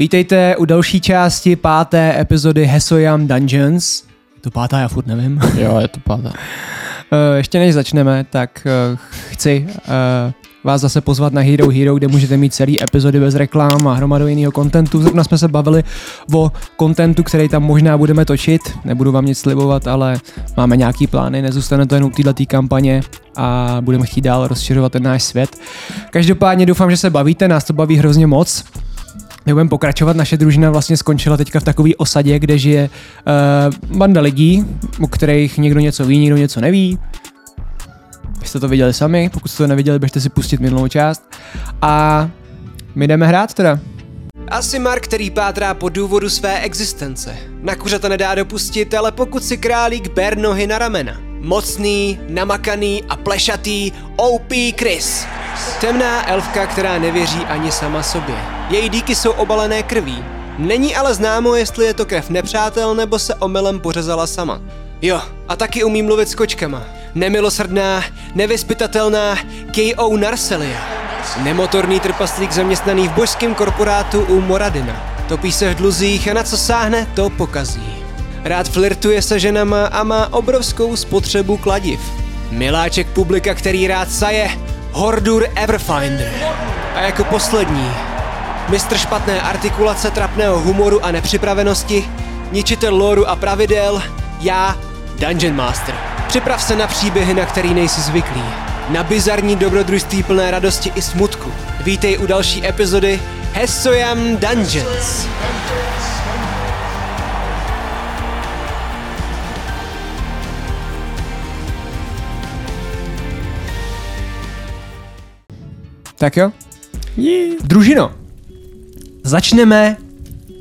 Vítejte u další části páté epizody Hesoyam Dungeons. Je to pátá, já furt nevím. Jo, je to pátá. Eh, Ještě než začneme, tak eh, chci eh, vás zase pozvat na Hero Hero, kde můžete mít celý epizody bez reklám a hromadu jiného kontentu. Zrovna jsme se bavili o kontentu, který tam možná budeme točit. Nebudu vám nic slibovat, ale máme nějaký plány, nezůstane to jenom u této kampaně a budeme chtít dál rozšiřovat ten náš svět. Každopádně doufám, že se bavíte, nás to baví hrozně moc. My budeme pokračovat, naše družina vlastně skončila teďka v takové osadě, kde žije uh, banda lidí, o kterých někdo něco ví, někdo něco neví. Vy jste to viděli sami, pokud jste to neviděli, běžte si pustit minulou část. A my jdeme hrát teda. Asimar, který pátrá po důvodu své existence. Na kuřata nedá dopustit, ale pokud si králík ber nohy na ramena. Mocný, namakaný a plešatý OP Chris. Temná elfka, která nevěří ani sama sobě. Její díky jsou obalené krví. Není ale známo, jestli je to krev nepřátel nebo se omylem pořezala sama. Jo, a taky umí mluvit s kočkama. Nemilosrdná, nevyspytatelná K.O. Narselia. Nemotorný trpaslík zaměstnaný v božském korporátu u Moradina. Topí se v dluzích a na co sáhne, to pokazí. Rád flirtuje se ženama a má obrovskou spotřebu kladiv. Miláček publika, který rád saje, Hordur Everfinder. A jako poslední, mistr špatné artikulace, trapného humoru a nepřipravenosti, ničitel lóru a pravidel, já, Dungeon Master. Připrav se na příběhy, na který nejsi zvyklý. Na bizarní dobrodružství plné radosti i smutku. Vítej u další epizody Hesoyam Dungeons. Tak jo. Družino, začneme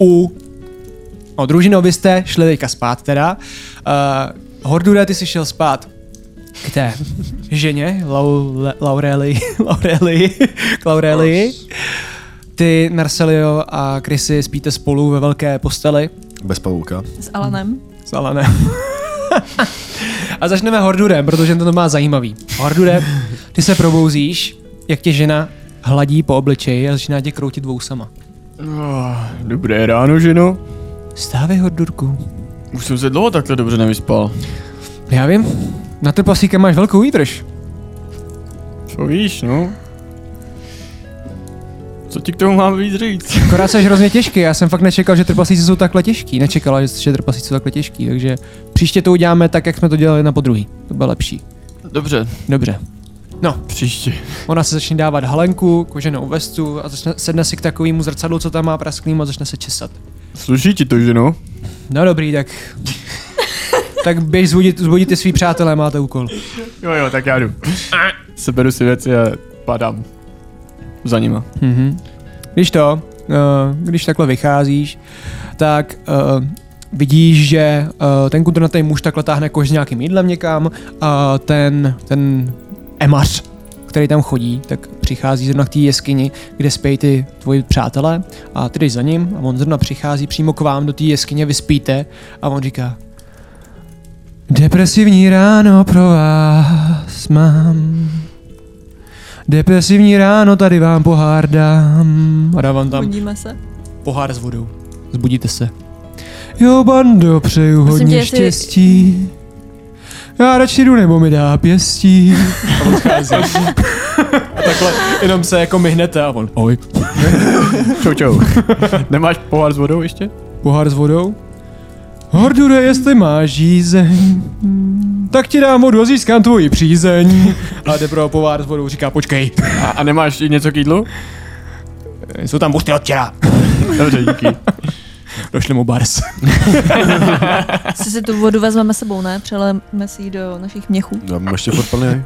u... No, družino, vy jste šli teďka spát teda. Uh, Hordure, ty jsi šel spát k té ženě, Lau, Le, Laureli, Laureli, k Laureli. Ty, Narselio a Chrissy spíte spolu ve velké posteli Bez pavouka. S Alanem. s Alanem. a začneme Hordurem, protože to má zajímavý. Hordure, ty se probouzíš, jak tě žena hladí po obličeji a začíná tě kroutit vousama. Ah, Dobré ráno, ženo. Stávej, Hordurku. Už jsem se dlouho takhle dobře nevyspal. Já vím, na trpasíka máš velkou výdrž. Co víš, no? Co ti k tomu mám víc říct? Akorát jsi hrozně těžký, já jsem fakt nečekal, že trpasíci jsou takhle těžký. Nečekala, že, že trpasíci jsou takhle těžký, takže příště to uděláme tak, jak jsme to dělali na podruhý. To bylo lepší. Dobře, Dobře. příště. Ona se začne dávat halenku, koženou vestu a začne, sedne si k takovému zrcadlu, co tam má prasklým a začne se česat. Sluší ti to, ženo? No dobrý, tak... tak běž zbudit, zbudit ty svý přátelé, máte úkol. Jo, jo, tak já jdu. Seberu si věci a padám. Za nima. Mhm. Když to, eh, když takhle vycházíš, tak eh, vidíš, že eh, ten kudrnatý muž takhle táhne koš s nějakým jídlem někam a ten, ten emař, který tam chodí, tak přichází zrovna k té jeskyni, kde spějí ty tvoji přátelé a ty jdeš za ním a on zrovna přichází přímo k vám do té jeskyně, vy spíte a on říká Depresivní ráno pro vás mám. Depresivní ráno, tady vám pohár dám. A dávám tam Budíme se. pohár s vodou. Zbudíte se. Jo, bando, přeju Prosím hodně tě, jestli- štěstí. Já radši jdu, nebo mi dá pěstí. A on schází. a takhle jenom se jako myhnete a on, oj, Čau, čau. Nemáš pohár s vodou ještě? pohár s vodou. Hordure, jestli máš žízeň, tak ti dám vodu a získám tvoji přízeň. A jde pro pohár s vodou, říká, počkej, A, a nemáš i něco k jídlu? jsou tam buchty od včera. Dobře, díky. Došli mu bars. Si si tu vodu vezmeme sebou, ne? Přelejeme si ji do našich měchů. Já mám ještě furt plný.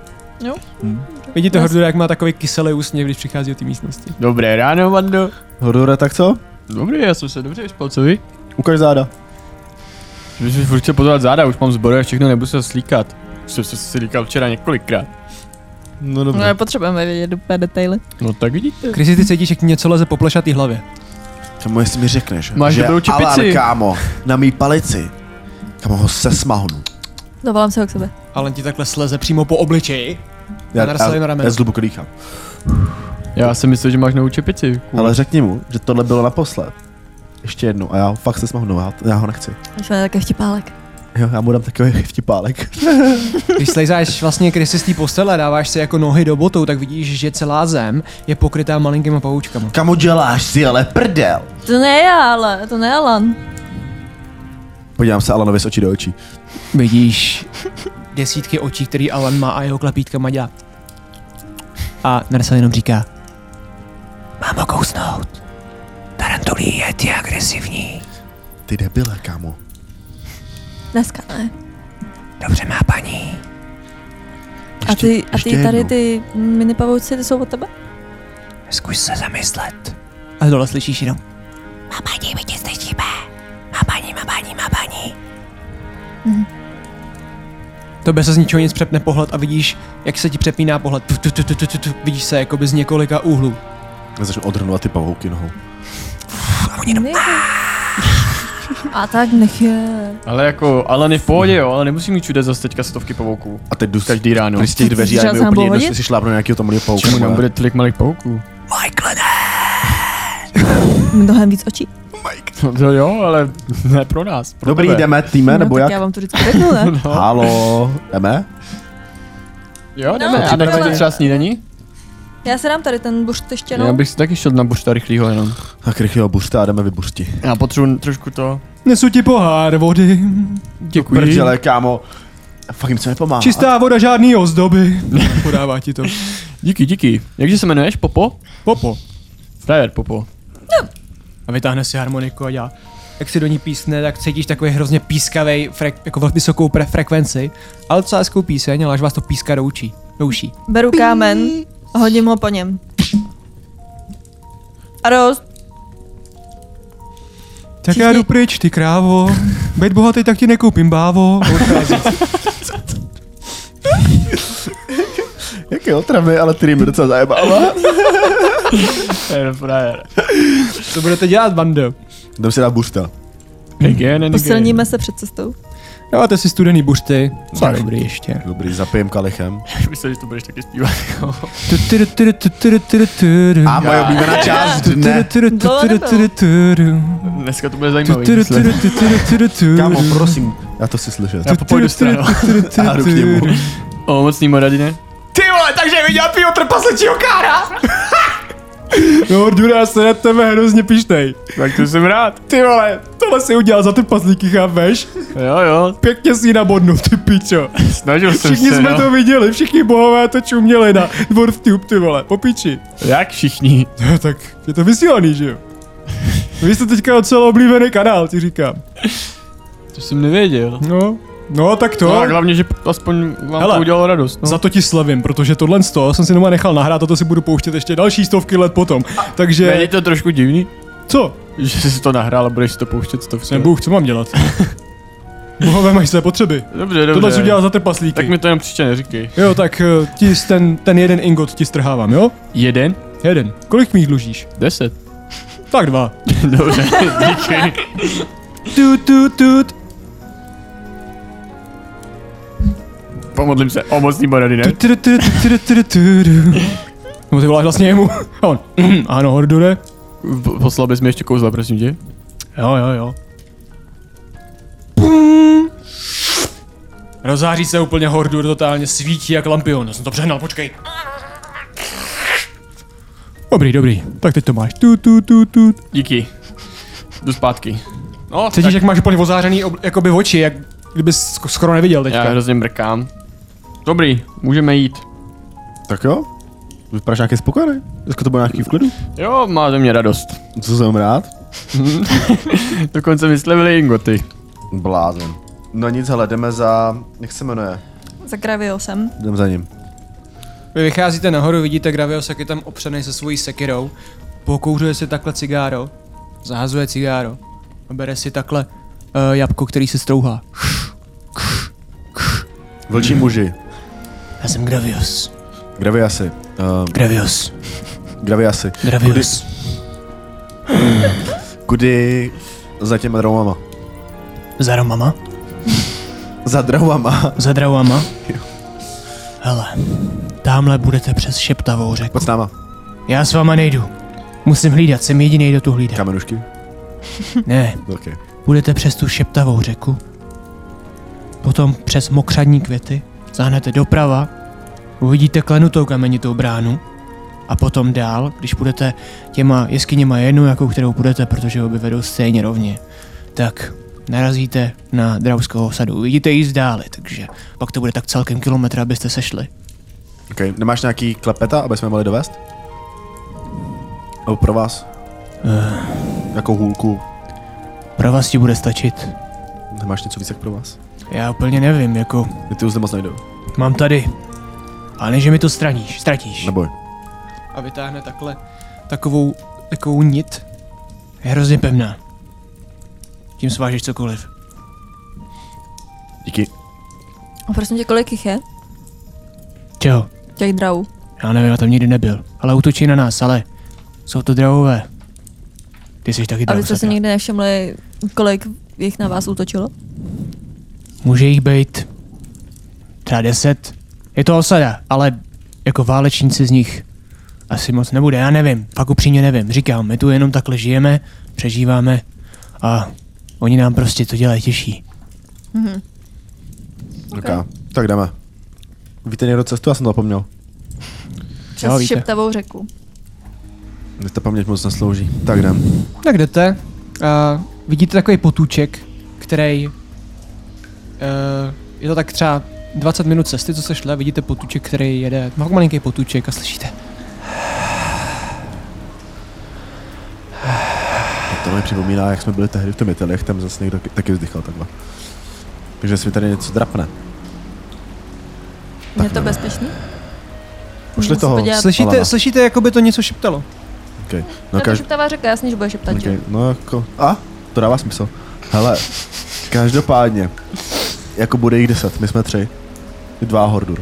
Vidíte Yes. Hordure, jak má takový kyselý úsměv, když přichází do té místnosti. Dobré ráno, Vando. Hordore, tak co? Dobrý, já jsem se dobře vyspal, co vy? Ukaž záda. Když mi furt chce pozvat záda, už mám zboru a všechno nebudu se slíkat. Už jsem se slíkal včera několikrát. No No, nepotřebujeme vědět úplně detaily. No tak vidíte. Krysy, ty cítíš, jak ti něco leze po plešatý hlavě. Kamo, jestli mi řekneš, Máš že dobrou čepici. Alan, kámo, na mý palici, kamo, ho sesmahnu. Dovolám se ho k sebe. Ale ti takhle sleze přímo po obličeji. Já, Narastlý na já, rameno. já zhluboko dýchám. Já jsem myslel, že máš novou čepici. Ale řekni mu, že tohle bylo naposled. Ještě jednu. A já fakt se smohnu, já, já ho nechci. My jsme také vtipálek. Jo, já mu dám takový vtipálek. Když slejzáš vlastně krysy z té postele, dáváš si jako nohy do botou, tak vidíš, že celá zem je pokrytá malinkýma pavoučkama. Kamo děláš si ale prdel? To ne já, ale to ne Alan. Podívám se Alanovi z očí do očí. Vidíš desítky očí, který Alan má a jeho klapítkama dělá. A Narsel jenom říká, mám ho kousnout. Tarantulí je ti agresivní. Ty debile, kamo. Dneska ne. Dobře má paní. A ty, a ještě ty tady jednou. ty mini pavouci, ty jsou od tebe? Zkus se zamyslet. A dole slyšíš jenom. Má paní, my tě slyšíme. Má paní, má paní, má paní. Mhm. Tobě se z ničeho nic přepne pohled a vidíš, jak se ti přepíná pohled. Tu, tu, tu, tu, tu, tu, tu. Vidíš se jakoby z několika úhlů. Já začnu odhrnovat ty pavouky nohou. "Ah!" A tak nech je. Ale jako, ale ne v pohodě, jo, ale nemusím mít všude zase teďka stovky pavouků. A teď jdu z Každý ráno. z těch dveří a je Začal mi se nám úplně jedno, povodit? jestli si šlápnu nějakého tomu pavouka. Čemu nám vole. bude tolik malých pavouků? Mnohem víc očí. No to jo, ale ne pro nás. Pro Dobrý, tebe. jdeme, týme, nebo no, jak? tak já vám to vždycky řeknu, ne? No. Halo, jdeme? Jo, No, jdeme. a ale- tak třeba snídaní? Já se dám tady ten bušt ještě, no. Já bych si taky šel na bušta rychlýho jenom. Tak rychle obuřte a jdeme vybuřti. Já potřebuji trošku to. Nesu ti pohár vody. Děkuji. Prdele, kámo. Fakt jim co nepomáhá. Čistá voda, žádný ozdoby. Podává ti to. Díky, díky. Jakže se jmenuješ? Popo? Popo. Frajer Popo. A vytáhne si harmoniku a dělá. Jak si do ní písne, tak cítíš takový hrozně pískavý, frek, jako vysokou pre- frekvenci, ale docela hezkou píseň, ale až vás to píská do uší. Do uší. Beru kámen a hodím ho po něm. A dost. Tak Všichni- já jdu pryč, ty krávo. Bejt bohatý, tak ti nekoupím, bávo. Jaké otravy, ale ty rýmy docela zajebává. Frajer, frajer. Co budete dělat, bando? Jdem si dát buřta. Again and again. Posilníme se před cestou. Dáváte No, si studený bušty. Tak. Dobrý ještě. Dobrý, zapijem kalichem. Myslím, že to budeš taky zpívat. A moje oblíbená část dne. Dneska to bude zajímavý. myslím. Kámo, prosím, já to si slyšet. Já popojdu stranou. A jdu k němu. O, mocný moradine. Ty vole, takže viděl Piotr Pasečího kára? No, Dura, se na tebe hrozně pištej. Tak to jsem rád. Ty vole, tohle si udělal za ty paslíky, chápeš? Jo, jo, Pěkně si ji nabodnu, ty pičo. snažil jsem Všichni se, jsme no. to viděli, všichni bohové to čuměli na Dwarftube, ty vole, po piči. Jak všichni? No, tak je to vysílaný, že jo? Vy jste teďka docela oblíbený kanál, ti říkám. To jsem nevěděl. No, no tak to. No, tak hlavně, že aspoň vám Hele. to udělalo radost. No. Za to ti slavím, protože tohle z toho jsem si doma nechal nahrát a to si budu pouštět ještě další stovky let potom. Není Takže, to trošku divný, co? že jsi to nahrál a budeš si to pouštět stovce. Jsem Bůh, co mám dělat? Bohové mají své potřeby. Dobře, dobře. Tohle jsi udělal za trpaslíky. Tak mi to jenom příště neříkej. Jo, tak eh, ti s ten, ten jeden ingot ti strhávám, jo? Jeden? Jeden. Kolik mi jich dlužíš? Deset. Tak dva. Dobře, díky. Tut, tut, tut. Pomodlím se o mocný moradine. Tut, tut, tut, tut, tut, tut, tut. Nebo ty voláš vlastně jemu. A on, "Hm, ano, Hordure. V- Poslal bys mi ještě kouzla, prosím tě. Jo, jo, jo. Rozáří se úplně hordur totálně, svítí jak lampion. Já jsem to přehnal, počkej. Dobrý, dobrý. Tak teď to máš. Tu, tu, tu, tu. Díky. Jdu zpátky. No, Cítíš, jak máš úplně ozářený ob- jakoby oči, jak kdyby skoro neviděl já teďka. hrozně mrkám. Dobrý, můžeme jít. Tak jo. Vypadáš nějaký spokojený? Dneska to bude nějaký v klidu. Jo, má ze mě radost. Co jsem rád? Dokonce mi slevili ingoty. Blázen. No nic, hele, jdeme za... Jak se jmenuje? Za Graviosem. Jdem za ním. Vy vycházíte nahoru, vidíte Gravios, jak je tam opřený se svojí sekirou, pokouřuje si takhle cigáro, zahazuje cigáro a bere si takhle uh, jabko, který se strouhá. Vlčí muži. Já jsem Gravios. Graviasy. Uh, Gravios. Graviasy. Gravios. Kudy za těma dramama. Za Romama? Za dramama. Za Drauama? Hele, tamhle budete přes šeptavou řeku. Pojď s náma. Já s váma nejdu. Musím hlídat, jsem jediný, kdo tu hlídá. Kamenušky. Ne, Okay. půjdete přes tu šeptavou řeku, potom přes mokřadní květy, zahnete doprava, uvidíte klenutou kamenitou bránu a potom dál, když půjdete těma jeskyněma jednu, jakou kterou půjdete, protože obě vedou stejně rovně, tak narazíte na Dravského osadu. Uvidíte ji zdále, takže pak to bude tak celkem kilometr, abyste sešli. Okay. Nemáš nějaký klepeta, aby jsme mohli dovést? Nebo pro vás? Eh, Jakou hůlku? pro vás ti bude stačit. Nemáš něco víc jak pro vás? Já úplně nevím, jako Mě ty už moc nejdou. mám tady. Ale že mi to straníš, ztratíš. Neboj. a vytáhne takhle takovou, takovou nit. Je hrozně pevná. Tím svážeš cokoliv. Díky. A prosím tě, kolik jich je? Čeho? Těch drahů. Já nevím, já tam nikdy nebyl. Ale útočí na nás, ale jsou to drahové. Ty jsi taky A vy jste si drahosada. nikdy nevšimli, kolik jich na vás útočilo? Může jich být třeba deset. Je to osada, ale jako válečníci z nich asi moc nebude, já nevím, fakt upřímně nevím. Říkám, my tu jenom takhle žijeme, přežíváme a oni nám prostě to dělají těžší. Mhm. Okay. Okay. Tak jdeme. Víte někdo cestu? Já jsem to zapomněl. Jo, Přes víte. šeptavou řeku. Mě ta paměť moc neslouží. Tak jdem. Tak jdete a vidíte takový potůček, který uh, je to tak třeba 20 minut cesty, co se šle, vidíte potůček, který jede, má malinký potůček a slyšíte. To mi připomíná, jak jsme byli tehdy v tom Italích, tam zase někdo taky vzdychal takhle. Takže si mi tady něco drapne. Je to bezpečný? Pošli toho. Slyšíte, Alana. slyšíte, jako by to něco šeptalo. No, No, to je kaž... šeptavá řeka, jasně, že bude šeptat. že? okay. no jako... A? To dává smysl. Hele, každopádně, jako bude jich deset, my jsme tři. Dva hordur.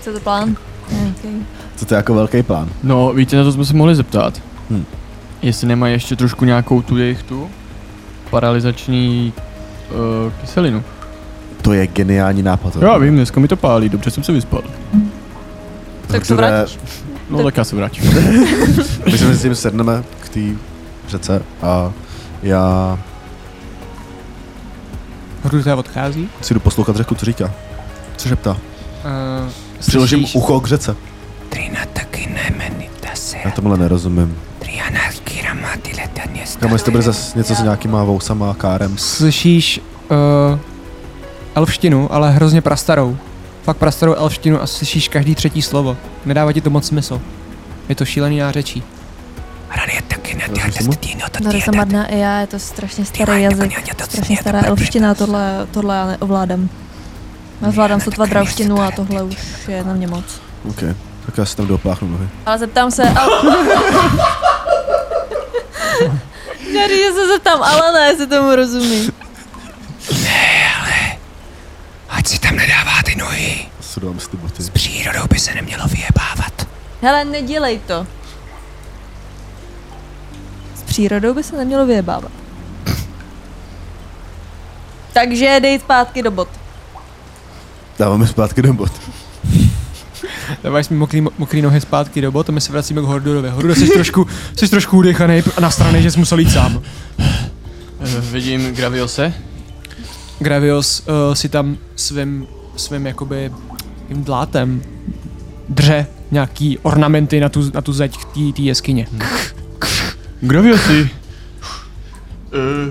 Co to plán? Nějaký. Co to je jako velký plán? No, víte, na to jsme se mohli zeptat. Hm. Jestli nemají ještě trošku nějakou tu jejich tu paralizační uh, kyselinu. To je geniální nápad. Já vím, dneska mi to pálí, dobře jsem se vyspal. Tak se Hordure, vrátíš. No Tak- tak já se vrátím. My se mezi tím sedneme k té řece a já Hruta odchází. si jdu poslouchat řeku, co říká. Co šeptá? Uh, Eh, Přiložím ucho k řece. Trina taky nemenita se. Já tomhle nerozumím. Triana kiramati letadně Kam jestli to bude zase něco s nějakýma vousama a kárem. Slyšíš uh, elfštinu, ale hrozně prastarou. Fakt prastarou elfštinu a slyšíš každý třetí slovo. Nedává ti to moc smysl. Je to šílený nářečí. Rozumím? Tady jsem madná i já, je to strašně starý jako jazyk. Strašně stará elfština, tohle, tohle já neovládám. Já zvládám sotva dravštinu a tohle už je na mě moc. OK. Tak já si tam dopláchnu nohy. Ale zeptám se... Al... Já říct, že se zeptám Alana, jestli tomu rozumí. Ať si tam nedává ty nohy. Sudám si ty boty. Přírodou by se nemělo vyjebávat. Hele, nedělej to. S přírodou by se nemělo vyjebávat. Takže dej zpátky do bod. Dáváme zpátky do bot. Dáváš mi mokrý, mokrý nohy zpátky do bot a my se vracíme k Hordurovi. Hordor, jsi trošku, jsi trošku udechanej a nastranej, že jsi musel jít sám. Eh, Vidím Graviose. Gravios uh, si tam svým, svým jakoby tím dlátem dře nějaký ornamenty na tu, na tu zeď té jeskyně. Graviosi!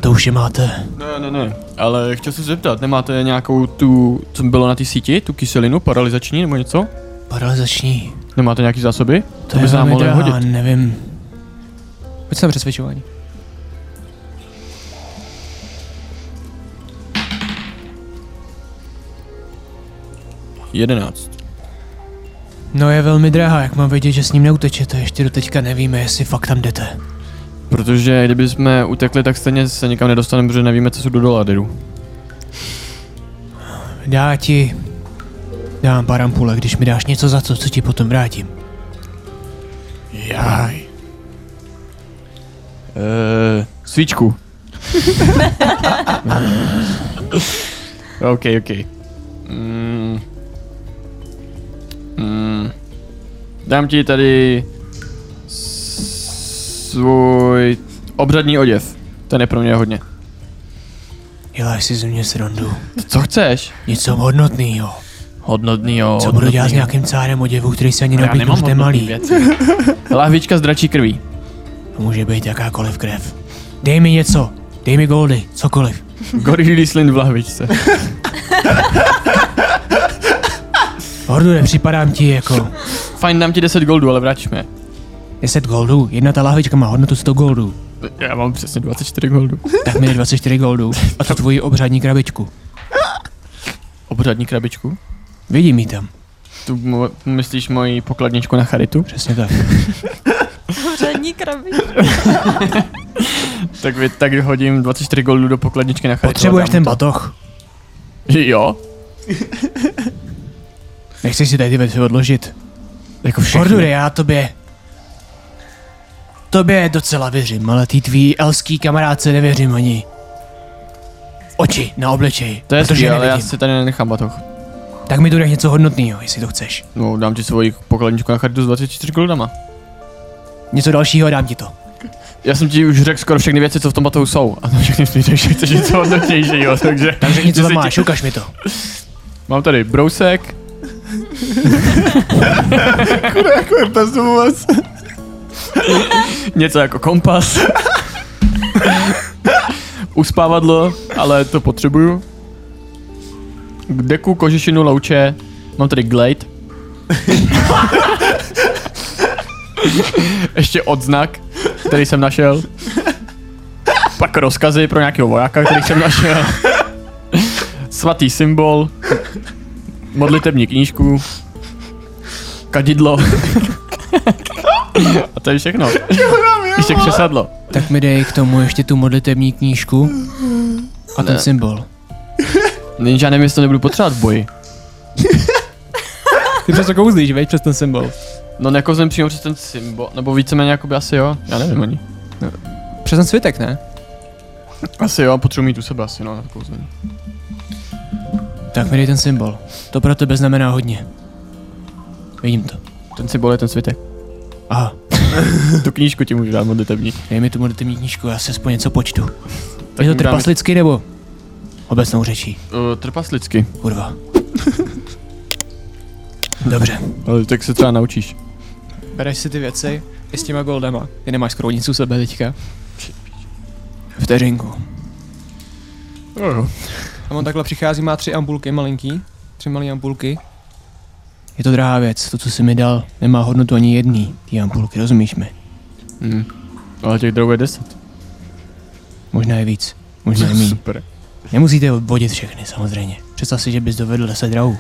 To už je máte. Eh, Ne, ne, ne, ale chtěl jsem se zeptat, nemáte nějakou tu, co bylo na té síti, tu kyselinu paralizační nebo něco? Paralizační. Nemáte nějaký zásoby? To by se nám velmi mohlo drahá, hodit. nevím. Pojď jsem přesvědčování. Jedenáct. No je velmi drahá, jak mám vědět, že s ním neutečete, ještě do teďka nevíme, jestli fakt tam jdete. Protože kdyby jsme utekli, tak stejně se nikam nedostaneme, protože nevíme, co jsou do doladeru. Já ti dám parampule, když mi dáš něco za to, co ti potom vrátím. Jaj. Eee, Eh, svíčku. OK, OK. Mm. Mm. Dám ti tady... s- svůj obřadní oděv. Ten je pro mě hodně. Dělej si ze mě srandu. Co chceš? Něco hodnotného. Hodnotnýho. Co budu dělat s nějakým cárem oděvu, který si ani Já neobjednu nemám v té hodnotný malý. věci. Lahvička z dračí krví. To může být jakákoliv krev. Dej mi něco. Dej mi goldy. Cokoliv. Gorillý slin v lahvičce. Hordure, připadám ti jako Fajn, dám ti 10 goldů, ale vraťme. 10 goldů. Jedna ta lahvička má hodnotu 100 goldů. Já mám přesně 24 goldů. Tak mi dej 24 goldů a tu tvoji obřadní krabičku. Obřadní krabičku? Vidím ji tam. Tu mo- myslíš moji pokladničku na charitu? Přesně tak. Řadní krabi. Tak, vy, tak hodím 24 goldů do pokladničky na charitu. a Potřebuješ dám ten to. batoh. Jo. Nechceš si tady ty věci odložit. Jako Hordure, já tobě... Tobě docela věřím, ale ty tvý elský kamarádce nevěřím ani. Oči na obličej, To je protože skvělé, ale já nevidím. si tady nenechám batoh. Tak mi tu dej něco hodnotného, jestli to chceš. No, dám ti svoji pokladničku na charitu s 24 goldama. Něco dalšího dám ti to. Já jsem ti už řekl skoro všechny věci, co v tom batohu jsou. A to všechny mi řekl, že chceš něco hodnotnějšího, takže... Takže něco že tam si máš, Ti... ukaž mi to. Mám tady brousek, Jako je bez vůbec. něco jako kompas. Uspávadlo, ale to potřebuju. Deku, kožešinu, louče. Mám tady glade. Ještě odznak, který jsem našel. Pak rozkazy pro nějakého vojáka, který jsem našel. Svatý symbol. Modlitební knížku. Kadidlo. A to je všechno. Ještě křesadlo. Tak mi dej k tomu ještě tu modlitební knížku a ten symbol. Ninja nevím, jestli to nebudu potřebovat v boji. Ty přesto kouzlíš, veď, přes ten symbol. No nekouzlím přímo přes ten symbol, nebo víceméně jakoby asi jo, já nevím ani. Přes ten svitek, ne? Asi jo, potřebuji mít u sebe asi no, na to kouzlení. Tak mi dej ten symbol. To pro tebe znamená hodně. Vidím to. Ten symbol je ten svitek. Aha, Tu knížku ti můžu dát modlitevní. dej mi tu modlitební knížku, já se aspoň něco počtu. Tak je to mi dám- trpaslicky nebo obecnou řečí? Uh, trpaslicky. Kurva. Dobře. Ale tak se třeba naučíš. Bereš si ty věci i s těma goldama. Ty nemáš skoro nic u sebe teďka. Vteřinku. Jo, jo. A on takhle přichází, má tři ampulky malinký. Tři malé ampulky. Je to drahá věc, to, co jsi mi dal, nemá hodnotu ani jedný. Ty ampulky, rozumíš mi? Hmm. Ale těch drogů je 10. Možná je víc, možná je míň. Super. Nemusíte vodit všechny, samozřejmě. Představ si, že bys dovedl 10 drahů.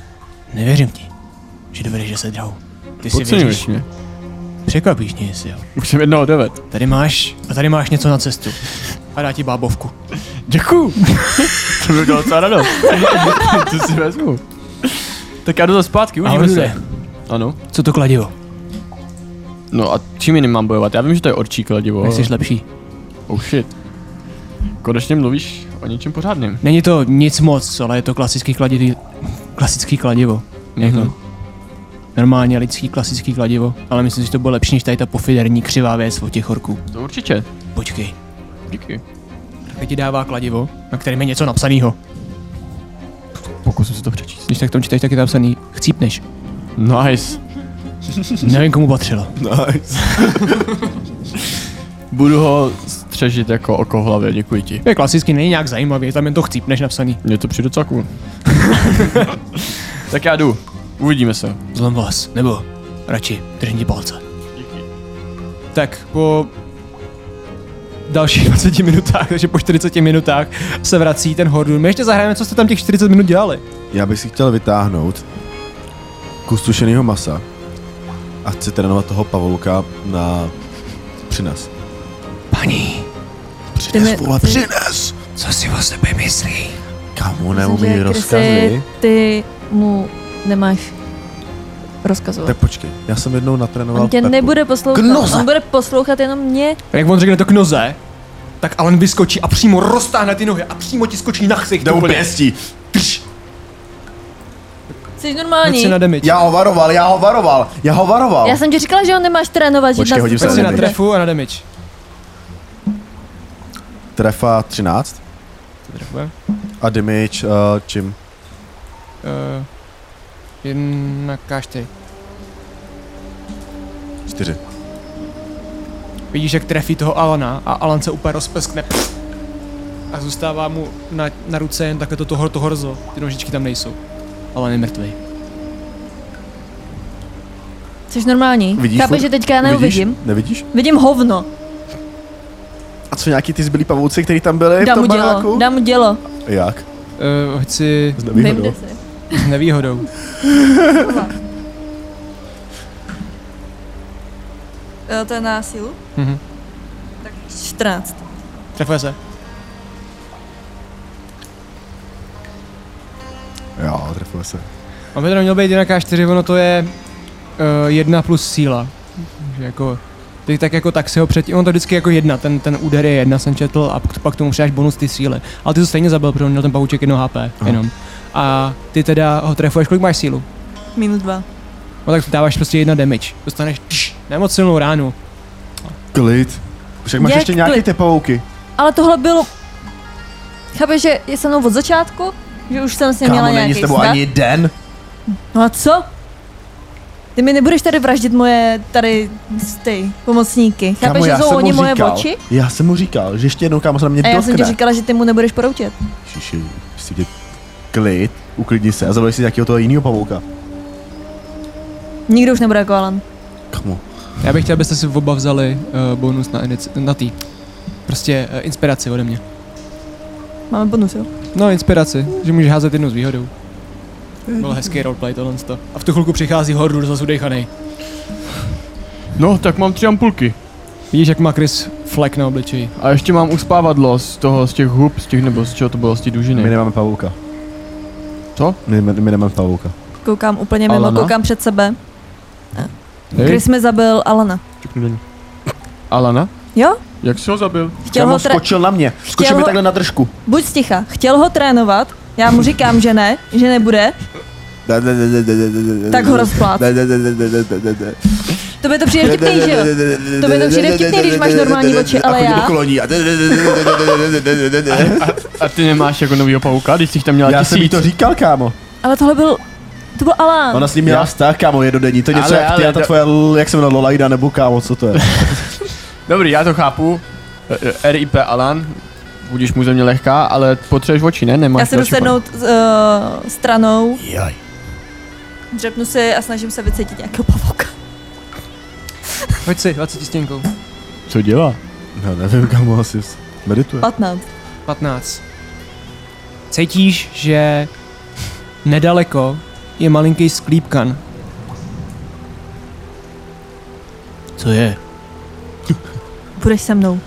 Nevěřím ti, že dovedeš 10 drahů. Ty si Podceňuješ věříš. mě. Překvapíš mě, jestli jo. Už jsem jednoho devět. Tady máš, a tady máš něco na cestu. A dá ti bábovku. Děkuju. to by bylo docela radost. to si vezmu. Tak já jdu zase zpátky, uvidíme Ahoj, se. Dude. Ano. Co to kladivo? No a čím jiným mám bojovat? Já vím, že to je orčí kladivo. Jak jsi lepší? Oh shit. Konečně mluvíš o něčem pořádným. Není to nic moc, ale je to klasický kladivo. Klasický kladivo. Jako. Mhm. Normálně lidský klasický kladivo, ale myslím si, že to bylo lepší než tady ta pofiderní křivá věc od těch orků. To určitě. Počkej. Díky. Tak ti dává kladivo, na kterém je něco napsaného. Pokusím se to přečíst. Když tak to čteš, tak je tam napsaný. Chcípneš. Nice. Nevím, komu patřilo. Nice. Budu ho střežit jako oko v hlavě, děkuji ti. Je klasicky, není nějak zajímavý, je tam jen to chcípneš napsaný. Mně to přijde docela cool. tak já jdu. Uvidíme se. Zlom vás, nebo radši držím ti palce. Tak po dalších 20 minutách, takže po 40 minutách se vrací ten Hordun. My ještě zahrajeme, co jste tam těch 40 minut dělali. Já bych si chtěl vytáhnout kus tušeného masa a chci trénovat toho pavouka na přines. Paní, Ty mi, Vole, ty, přines! co si o sebe myslí? Kamu Myslím, neumí že rozkazy. Krysy, ty mu nemáš rozkazovat. Tak počkej, já jsem jednou natrénoval on tě Pepu. nebude poslouchat, Knoza! on bude poslouchat jenom mě. Jak on řekne to knoze, tak Alan vyskočí a přímo roztáhne ty nohy a přímo ti skočí na ksicht. Jde mu úplně. pěstí. Jsi Hoď normální. si na damage. Já ho varoval, já ho varoval, já ho varoval. Já jsem ti říkala, že ho nemáš trénovat, Počkej, že hodím nás prostě se Hoď si na damage. trefu a na damage. Trefa 13 To trefuje. a damage uh, čím? Uh, jedna K4. 4. Vidíš, jak trefí toho Alana a Alan se úplně rozpeskne pff, a zůstává mu na, na ruce jen takhle to toho, to horzo. Ty nožičky tam nejsou. Alan je mrtvý. Jsi normální? Vidíš Chápeš, furt? že teďka já neuvidím? Vidíš? Nevidíš? Vidím hovno. A co nějaký ty zbylí pavouci, který tam byli v Dám mu tom dělo, baráku? dám mu dělo. Jak? Uh, hoď si S nevýhodou. Vejmde si. s nevýhodou. Eh, To je na sílu? Mhm. Tak 14. Trefuje se. Jo, trefil se. On by teda měl být 1 K4, ono to je uh, 1 plus síla. Takže jako, ty tak jako tak si ho předtím, on to vždycky jako jedna, ten, ten úder je jedna, jsem četl, a pak- pak tomu přidáš bonus ty síly. Ale ty to stejně zabil, protože on měl ten pahouček 1 HP jenom. A ty teda ho trefuješ, kolik máš sílu? Minus 2. No tak dáváš prostě jedna damage. Dostaneš tš, nemoc silnou ránu. Klid. Však máš Jak ještě nějaký klid? ty pavouky. Ale tohle bylo... Chápeš, že je se mnou od začátku? Že už jsem s ním měla Kámo, není nějaký s tebou vztah? ani den. No a co? Ty mi nebudeš tady vraždit moje tady ty pomocníky. Chápeš, Kámo, že já jsou jsem oni mu moje říkal, oči? Já jsem mu říkal, že ještě jednou kámo se na mě A já jsem ti dotkne. říkala, že ty mu nebudeš poroučet. Šiši, si tě klid, uklidni se a zavolej si nějakého toho jiného pavouka. Nikdo už nebude jako Alan. Kamu? Já bych chtěl, abyste si oba vzali uh, bonus na, inici- na tý. Prostě uh, inspiraci ode mě. Máme bonus, jo? No, inspiraci, že můžeš házet jednu s výhodou. Byl hezký roleplay tohle. to. A v tu chvilku přichází Hordur zase udechanej. No, tak mám tři ampulky. Vidíš, jak má Chris flek na obličeji. A ještě mám uspávadlo z toho, z těch hub, z těch, nebo z čeho to bylo, z té dužiny. My nemáme pavouka. Co? My, my nemáme pavouka. Koukám úplně mimo, Alana? koukám před sebe. Hej, Chris mi zabil Alana. čeknu do ní. Alana? Jo? Jak jsi ho zabil? Chtěl Kámo, ho tra- skočil na mě. Skočil mi ho- takhle na držku. Buď sticha. Chtěl ho trénovat, já mu říkám, že ne, že nebude, tak ho rozplát. To by to přijde vtipný, že jo? To by to přijde vtipný, když máš normální oči, ale já... Koloní. A ty nemáš jako novýho pavouka, když jsi jich tam měla Já jsem jí tisíc. to říkal, kámo. Ale tohle byl... To byl Alan. Ona s ním měla Já- vztah, kámo, jednodenní. To je něco Ale- jak ty ale- a ta tvoje, l- jak se jmenuje, Lolajda nebo kámo, co to je? Dobrý, já to chápu. E, e, RIP Alan, budíš mu země lehká, ale potřebuješ oči, ne? Nemáš Já se jdu další sednout uh, stranou, Jaj. dřepnu si a snažím se vycítit nějakého pavouka. Hoď si, 20 stěnkou. plán. Co dělá? No, nevím, kámo, asi s- medituje. 15. 15. Cítíš, že nedaleko je malinký sklípkan. Co je? Budeš se mnou.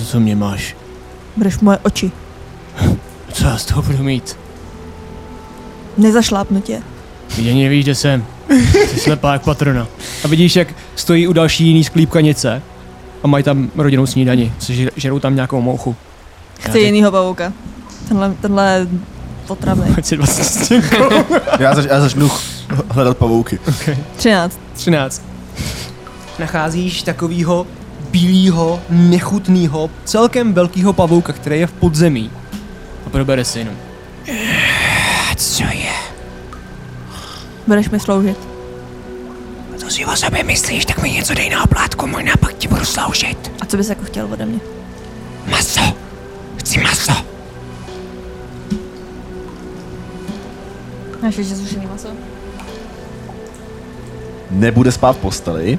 Co- Co mě máš? Budeš moje oči. Co já z toho budu mít? Nezašlápnu tě. Ty ani nevíš, kde jsem. Jsi slepá jak patrona. A vidíš, jak stojí u další jiný sklípkanice a mají tam rodinnou snídani. Si žer- Žerou tam nějakou mouchu. Já Chci teď- jinýho pavouka. Tenhle, tenhle je otravný. Hoď si 20 stěnkou. Já, zač, já začnu ch- hledat pavouky. 13. 13. Nacházíš takovýho bílýho, nechutného, celkem velkého pavouka, který je v podzemí. A probere si jenom. Co je? Budeš mi sloužit. Co si o sobě myslíš, tak mi něco dej na oplátku, možná pak ti budu sloužit. A co bys jako chtěl ode mě? Maso! Chci maso! Máš ještě zušený maso? Nebude spát v posteli.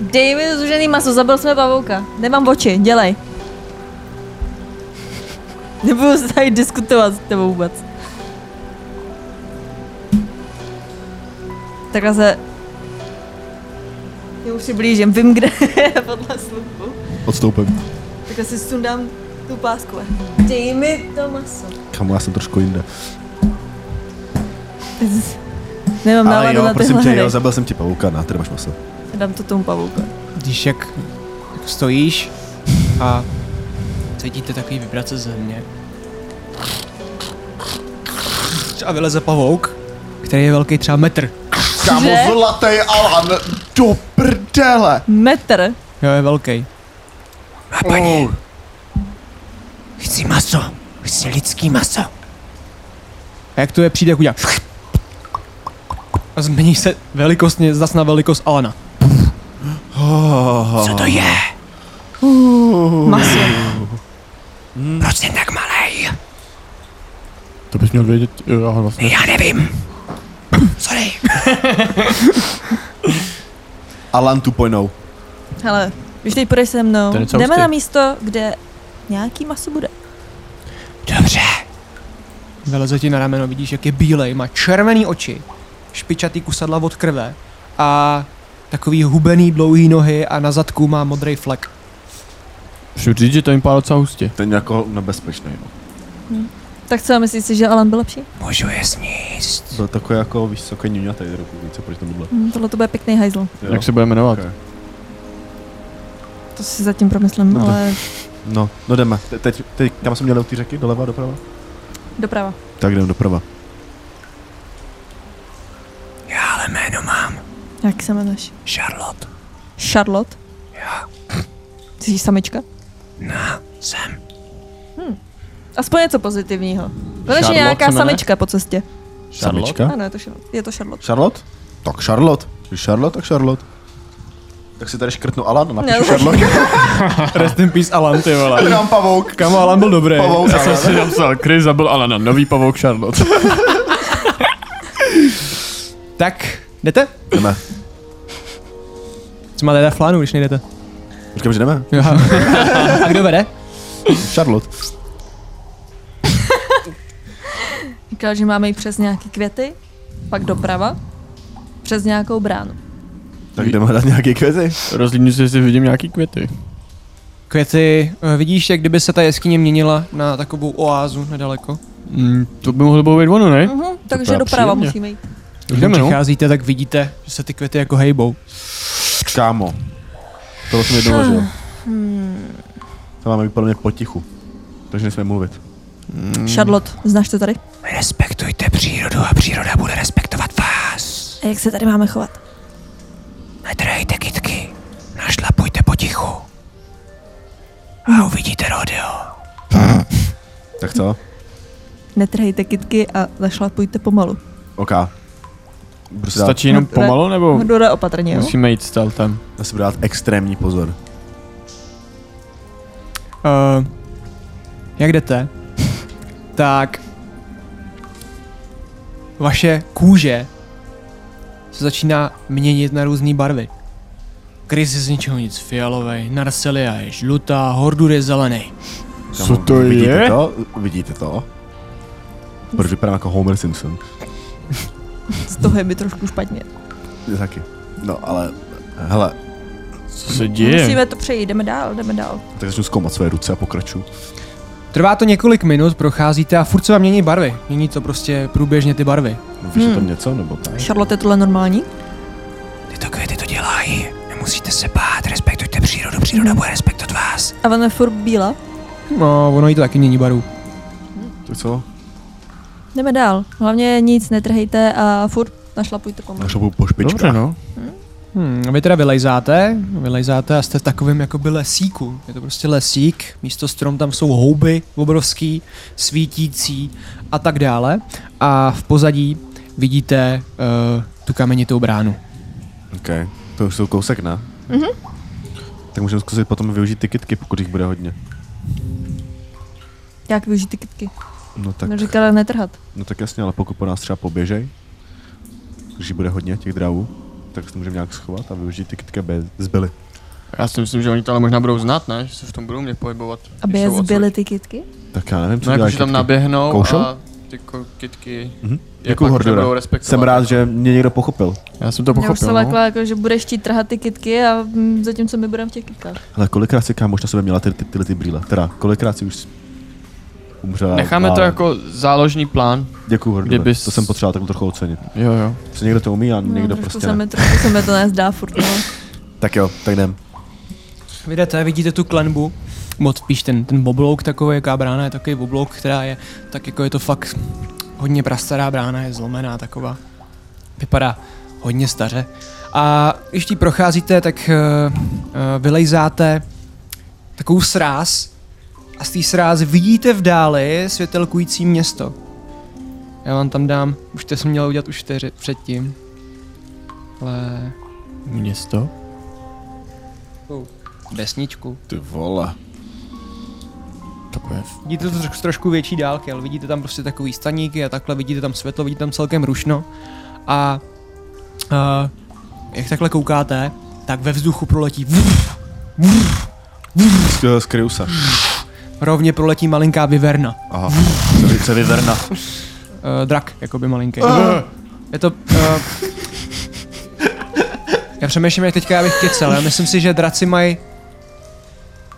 Dej mi zužený maso, zabil jsme pavouka. Nemám oči, dělej. Nebudu se tady diskutovat s tebou vůbec. Takhle se... Já už přiblížím, vím kde je podle sluchu. Odstoupím. Takhle si sundám tu pásku. a Dej mi to maso. Kámo, já jsem trošku jinde. Nemám Ale náladu jo, No, na prosím tyhle tě, hry. jo, zabil jsem ti pavouka, na, tady máš maso. Dám to tomu pavouku. Vidíš, jak jak stojíš a cítíte takový vibrace země. A vyleze pavouk, který je velký třeba metr. Kámo, Že? zlatý Alan, do prdele. Metr. Jo, je velký. Oh, Chci maso. Chci lidský maso. A jak to je, přijde, jak udělá... A změní se velikostně, zas na velikost Alana. Co to je? Maso. Proč jsem tak malý? To bys měl vědět, jo, ale vlastně. Já nevím. Sorry. Alan tu pojnou. Hele, když teď půjdeš se mnou, To je docela jdeme hustý. na místo, kde nějaký maso bude. Dobře. Vyleze ti na rameno, vidíš, jak je bílej, má červený oči, špičatý kusadla od krve a takový hubený dlouhý nohy a na zadku má modrý flek. Můžu říct, že to jim pár docela hustě. Ten je jako nebezpečný. No. Tak co, myslíš si, že Alan byl lepší? Můžu je sníst. Byl takový jako vysoký ňuňatej trochu, více proč to bylo. Hm, tohle to bude pěkný hajzl. Jo. Jak se bude jmenovat? Ok. To si zatím promyslím, No to- ale No, no jdeme. Te- Teď, teď, kam jsem měl ty řeky? Doleva, doprava? doprava. Tak jdem doprava. Já ale jméno mám. Jak se jmenuješ? Charlotte. Charlotte? Já. Jsi samička? Hmm. No, jsem. Aspoň něco pozitivního. Konečně Charlotte nějaká se jmenuje? samička po cestě. Samička? Ano, je to, Charlotte. je to Charlotte. Charlotte? Tak Charlotte. Když Charlotte, tak Charlotte. Tak si tady škrtnu Alan a Ne. napíšu Charlotte. Rest in peace Alan, ty vole. Tady mám pavouk. Kamo, Alan byl dobrý. Pavouk. Já jsem si napsal, Chris zabil Alana, nový pavouk Charlotte. Tak, jdete? Jdeme. Co máte na flánu, když nejdete? Říkám, že jdeme. A kdo vede? Charlotte. Říkal, že máme jít přes nějaký květy, pak doprava, přes nějakou bránu. Tak jdeme dát nějaký kvězy. Rozlídnu se, jestli vidím nějaký květy. Květy, eh, vidíš, jak kdyby se ta jeskyně měnila na takovou oázu nedaleko? Mm, to by mohlo být ono, ne? Mhm, Hm? takže vypadá doprava příjemně. musíme jít. Když Jdeme, no. přicházíte, tak vidíte, že se ty květy jako hejbou. Kámo. Tohle jsem jednou zažil. To máme být podle mě potichu. Takže nesmíme mluvit. Hmm. Charlotte, znáš to tady? Respektujte přírodu a příroda bude respektovat vás. A jak se tady máme chovat? Netrhejte kytky. Našlapujte potichu. A uvidíte rodeo. Tak co? Netrhejte kitky a zašlapujte pomalu. OK. Budu si dát, Stačí jenom No, pomalu, nebo Hodora opatrně, jo? musíme jít stealthem? já si budu dát extrémní pozor. Uh, jak jdete, tak vaše kůže se začíná měnit na různé barvy. Chris je z ničeho nic fialový, Narcelia je žlutá, Hordur je zelený. Kámo, Co to vidíte je? To? Vidíte to? Proč vypadám jako Homer Simpson? Z toho je mi trošku špatně. Je taky. No ale, hele, Co se děje? Musíme to přejít, jdeme dál, jdeme dál. tak začnu zkoumat své ruce a pokračuju. Trvá to několik minut, procházíte a furt se vám mění barvy. Mění to prostě průběžně ty barvy. Víš hmm. o tom něco, nebo tak? Charlotte, je tohle normální? Tyto květy to dělají. Nemusíte se bát, respektujte přírodu, příroda bude respektovat vás. A ona je furt bílá? No, ono jí to taky mění barvu. Tak co? Jdeme dál. Hlavně nic netrhejte a furt našlapujte pomalu. Našlapu po špičkách. Dobře, no. Hmm, a vy teda vylejzáte, vylejzáte a jste v takovém jakoby lesíku. Je to prostě lesík, místo strom tam jsou houby obrovský, svítící a tak dále. A v pozadí vidíte uh, tu kamenitou bránu. OK. To už jsou kousek, ne? Mhm. Tak můžeme zkusit potom využít ty kitky, pokud jich bude hodně. Jak využít ty kytky? No tak, Tak. Říkala netrhat. no tak jasně, ale pokud po nás třeba poběžej, když jich bude hodně těch dravů, tak se to můžeme nějak schovat a využít ty kitky, aby zbyly. Já si myslím, že oni to ale možná budou znát, ne? Že se v tom budou mě pohybovat. Aby když je jsou odsud. zbyly ty kytky? Tak já nevím, co No dělají jakože tam kytky. naběhnou Koušou? a ty ko- kytky Mhm. je Děkuju, pak Hordora. nebudou respektovat. Jsem rád, že mě někdo pochopil. Já jsem to Já už pochopil, jsem no. lekla, jako, že budeš chtít trhat ty kytky a mm, zatímco my budeme v těch kytkách. Ale kolikrát si kámoš na sebe měla ty, ty, tyhle ty brýle? Teda, kolikrát si už umřela? Necháme to a- jako záložní plán. Děkuju, Hordore. kdyby s- To jsem potřeboval takhle trochu ocenit. Jo, jo. Prostě někdo to umí a někdo No, trošku prostě se ne. mi, trošku se mi to nezdá furt, no. Tak jo, tak jdem. Vy jdete, vidíte tu klenbu, moc spíš ten, ten oblouk takový, jaká brána je takový oblouk, která je, tak jako je to fakt hodně prastará brána, je zlomená taková. Vypadá hodně staře. A když ti eh, procházíte, tak uh, vylejzáte takovou eh, sráz A z té srázy vidíte v dáli světelkující město. Já vám tam dám, už to jsem měl udělat už čtyři, předtím. Ale Město? vesničku. Ty vole. Takové. Vidíte to trošku, trošku větší dálky, ale vidíte tam prostě takový staníky a takhle, vidíte tam světlo, vidíte tam celkem rušno. A, a jak takhle koukáte, tak ve vzduchu proletí Z, eh, z Kryusa. rovně proletí malinká viverna. Aha. Velice vyverna. Uh, drak, jakoby malinký. Je to... Uh, já přemýšlím, jak teďka já bych kecel. Já myslím si, že draci mají...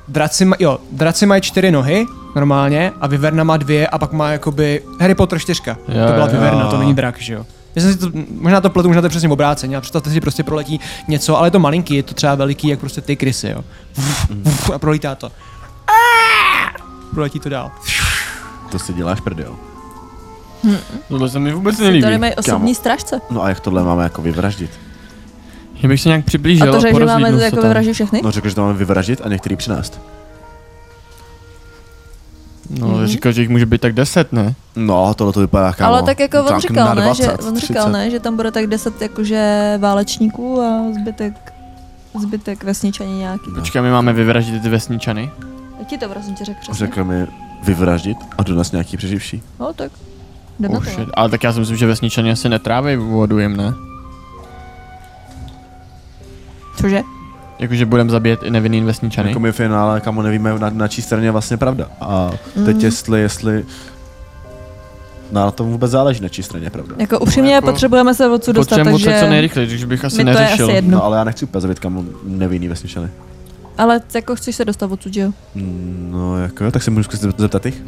Draci mají, jo, draci mají čtyři nohy, normálně, a Viverna má dvě a pak má jakoby Harry Potter 4. Jo, Jo, to byla jo. Viverna, to není drak, že jo. Myslím si, to, možná to pletu, možná to je přesně obráceně, a představte si, prostě proletí něco, ale je to malinký, je to třeba veliký, jak prostě ty krysy, jo. Mm. A prolítá to. Proletí to dál. To si děláš prdel. Tohle se mi vůbec Si nelíbí. Tady mají osobní kámo. strážce. No a jak tohle máme jako vyvraždit? Že bych se nějak A přiblížil to řekl, že porozhlídnul máme se jako tam. vyvražit všechny? No řekl, že to máme vyvraždit a některý přinést. No, Mhm. ale říkal, že jich může být tak deset, ne? No, tohle to vypadá kámo. No, Ale tak jako on říkal, na ne, 20, že, on říkal 30. ne, že tam bude tak 10 jakože válečníků a zbytek, zbytek vesničaní nějaký. No. Počkej, my máme vyvražit ty vesničany. Jak ti to prosím tě řekl přesně? Řekl mi vyvraždit a do nás nějaký přeživší. No tak, jdeme Oh, to. shit. no. ale tak já si myslím, že vesničany asi netráví vodu jim, ne? Cože? Jakože budeme zabíjet i nevinný vesničany. Jako my v finále, kamo nevíme, na, na čí straně je vlastně pravda. A teď Mhm. jestli, jestli... No, na tom vůbec záleží, na čí straně je pravda. Jako upřímně jako- potřebujeme se odsud dostat, Potřebuji takže... se co nejrychleji, takže bych asi mi to je neřešil. asi jedno. No, ale já nechci úplně zabít kamo nevinný vesničany. Ale jako chceš se dostat odsud, že jo? No, jako jo, tak se můžu zkusit zeptat jich.